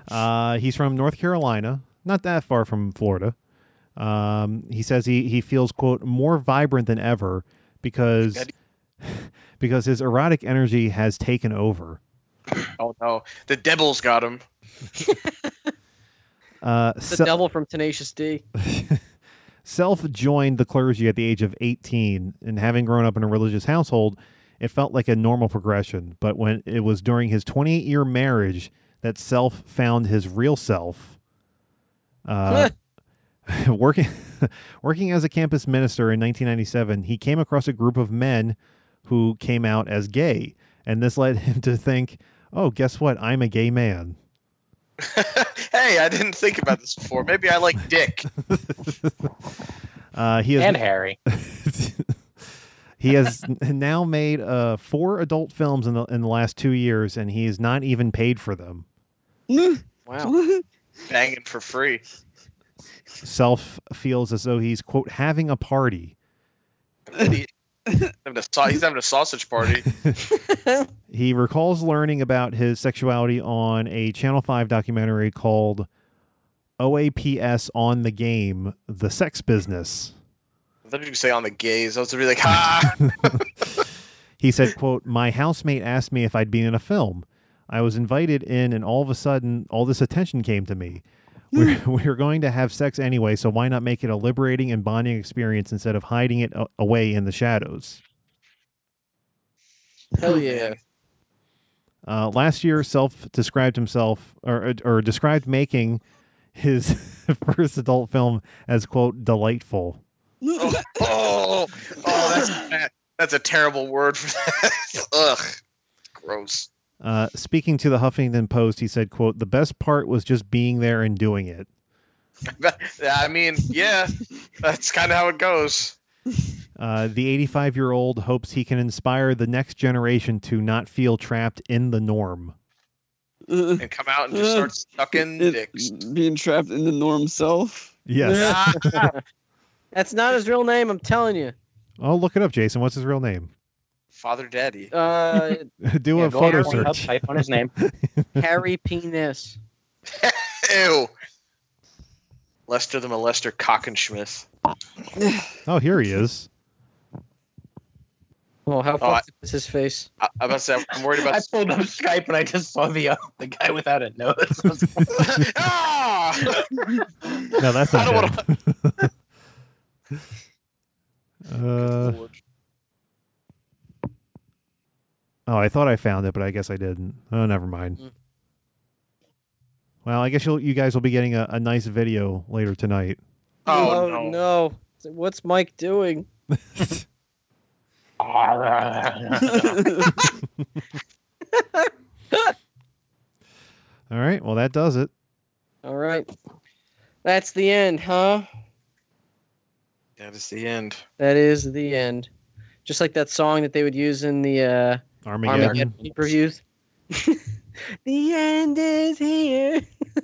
Speaker 2: Uh, he's from North Carolina, not that far from Florida. Um, he says he, he feels quote more vibrant than ever because because his erotic energy has taken over.
Speaker 7: Oh no, the devil's got him.
Speaker 2: Uh,
Speaker 3: The
Speaker 2: Se-
Speaker 3: devil from Tenacious D.
Speaker 2: Self joined the clergy at the age of 18, and having grown up in a religious household, it felt like a normal progression. But when it was during his 28 year marriage that Self found his real self, uh, working working as a campus minister in 1997, he came across a group of men who came out as gay, and this led him to think, "Oh, guess what? I'm a gay man."
Speaker 7: hey, I didn't think about this before. Maybe I like dick.
Speaker 2: Uh, he is
Speaker 4: And Harry.
Speaker 2: he has n- now made uh, four adult films in the in the last two years, and he is not even paid for them.
Speaker 3: Wow.
Speaker 7: Banging for free.
Speaker 2: Self feels as though he's quote having a party.
Speaker 7: Idiot. Having a sau- he's having a sausage party.
Speaker 2: He recalls learning about his sexuality on a Channel Five documentary called "OAPS on the Game: The Sex Business."
Speaker 7: I thought you could say on the gays. I was gonna be like, ha.
Speaker 2: He said, quote, My housemate asked me if I'd be in a film. I was invited in and all of a sudden all this attention came to me. We're, we're going to have sex anyway, so why not make it a liberating and bonding experience instead of hiding it a- away in the shadows?
Speaker 3: Hell yeah.
Speaker 2: Uh, last year, Self described himself or, uh, or described making his first adult film as, quote, delightful.
Speaker 7: Oh, oh, oh, that's bad. that's a terrible word for that. Ugh, gross.
Speaker 2: Uh, speaking to the Huffington Post, he said, quote, The best part was just being there and doing it.
Speaker 7: I mean, yeah, that's kind of how it goes.
Speaker 2: Uh, the 85 year old hopes he can inspire the next generation to not feel trapped in the norm.
Speaker 7: And come out and just start sucking dicks.
Speaker 1: being trapped in the norm self.
Speaker 2: Yes.
Speaker 7: Ah,
Speaker 3: That's not his real name. I'm telling you.
Speaker 2: oh, look it up, Jason. What's his real name?
Speaker 7: Father, daddy.
Speaker 3: Uh,
Speaker 2: Do
Speaker 4: Yeah,
Speaker 2: a
Speaker 4: go on
Speaker 2: photo
Speaker 4: Pornhub,
Speaker 2: search.
Speaker 4: Type on his name.
Speaker 3: Harry Penis.
Speaker 7: Ew. Lester the molester Cockenschmidt.
Speaker 2: Oh, here he is.
Speaker 3: Oh, how
Speaker 7: I-
Speaker 3: fucked up is his face?
Speaker 7: I, I'm about to say, I'm worried
Speaker 4: I
Speaker 7: about.
Speaker 4: pulled up Skype and I just saw the uh, the guy without a nose. I was like,
Speaker 7: ah!
Speaker 2: No, that's
Speaker 7: I
Speaker 2: not
Speaker 7: don't
Speaker 2: him. uh, oh, I thought I found it, but I guess I didn't. Oh, never mind.
Speaker 3: Mm.
Speaker 2: Well, I guess you'll, you guys will be getting a, a nice video later tonight.
Speaker 7: Oh, no.
Speaker 3: no. What's Mike doing?
Speaker 7: Oh,
Speaker 2: All right. Well, that does it.
Speaker 3: All right. That's the end, huh?
Speaker 7: That is the end.
Speaker 3: That is the end. Just like that song that they would use in the uh,
Speaker 2: Armageddon.
Speaker 3: Armageddon reviews. the end is here.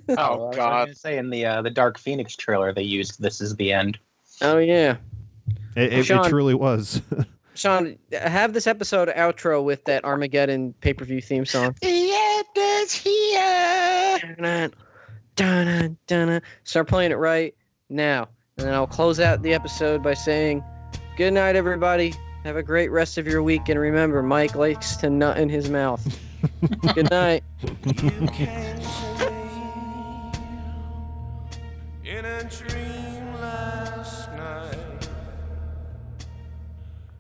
Speaker 4: well, I
Speaker 7: Oh
Speaker 4: was
Speaker 7: God.
Speaker 4: gonna Say in the uh, the Dark Phoenix trailer they used "This is the end."
Speaker 3: Oh yeah,
Speaker 2: It, it, it
Speaker 3: Sean-
Speaker 2: truly was.
Speaker 3: Sean, have this episode outro with that Armageddon pay per view theme song.
Speaker 7: Yeah, that's here.
Speaker 3: Dun-dun, dun-dun, dun-dun. Start playing it right now. And then I'll close out the episode by saying, Good night, everybody. Have a great rest of your week. And remember, Mike likes to nut in his mouth. Good night.
Speaker 10: In a dream last night,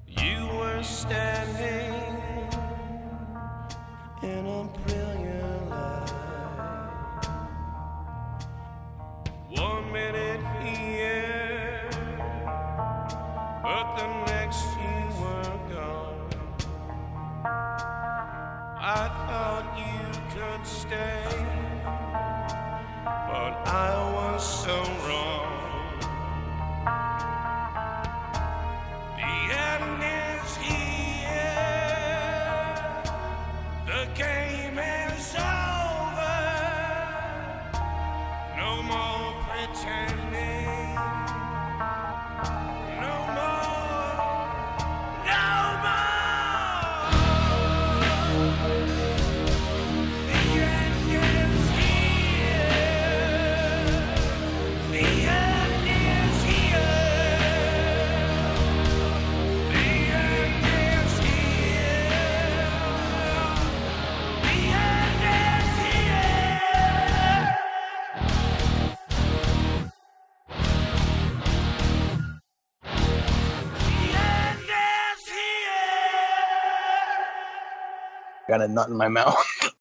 Speaker 10: you were standing in a brilliant light. One minute here, but the next you were gone. I thought you could stay. But I was so wrong. The end is here. The game is over. No more pretending. No more. No more. The end is here. The end is here. The end is here. The end is here.
Speaker 4: Got a nut in my mouth.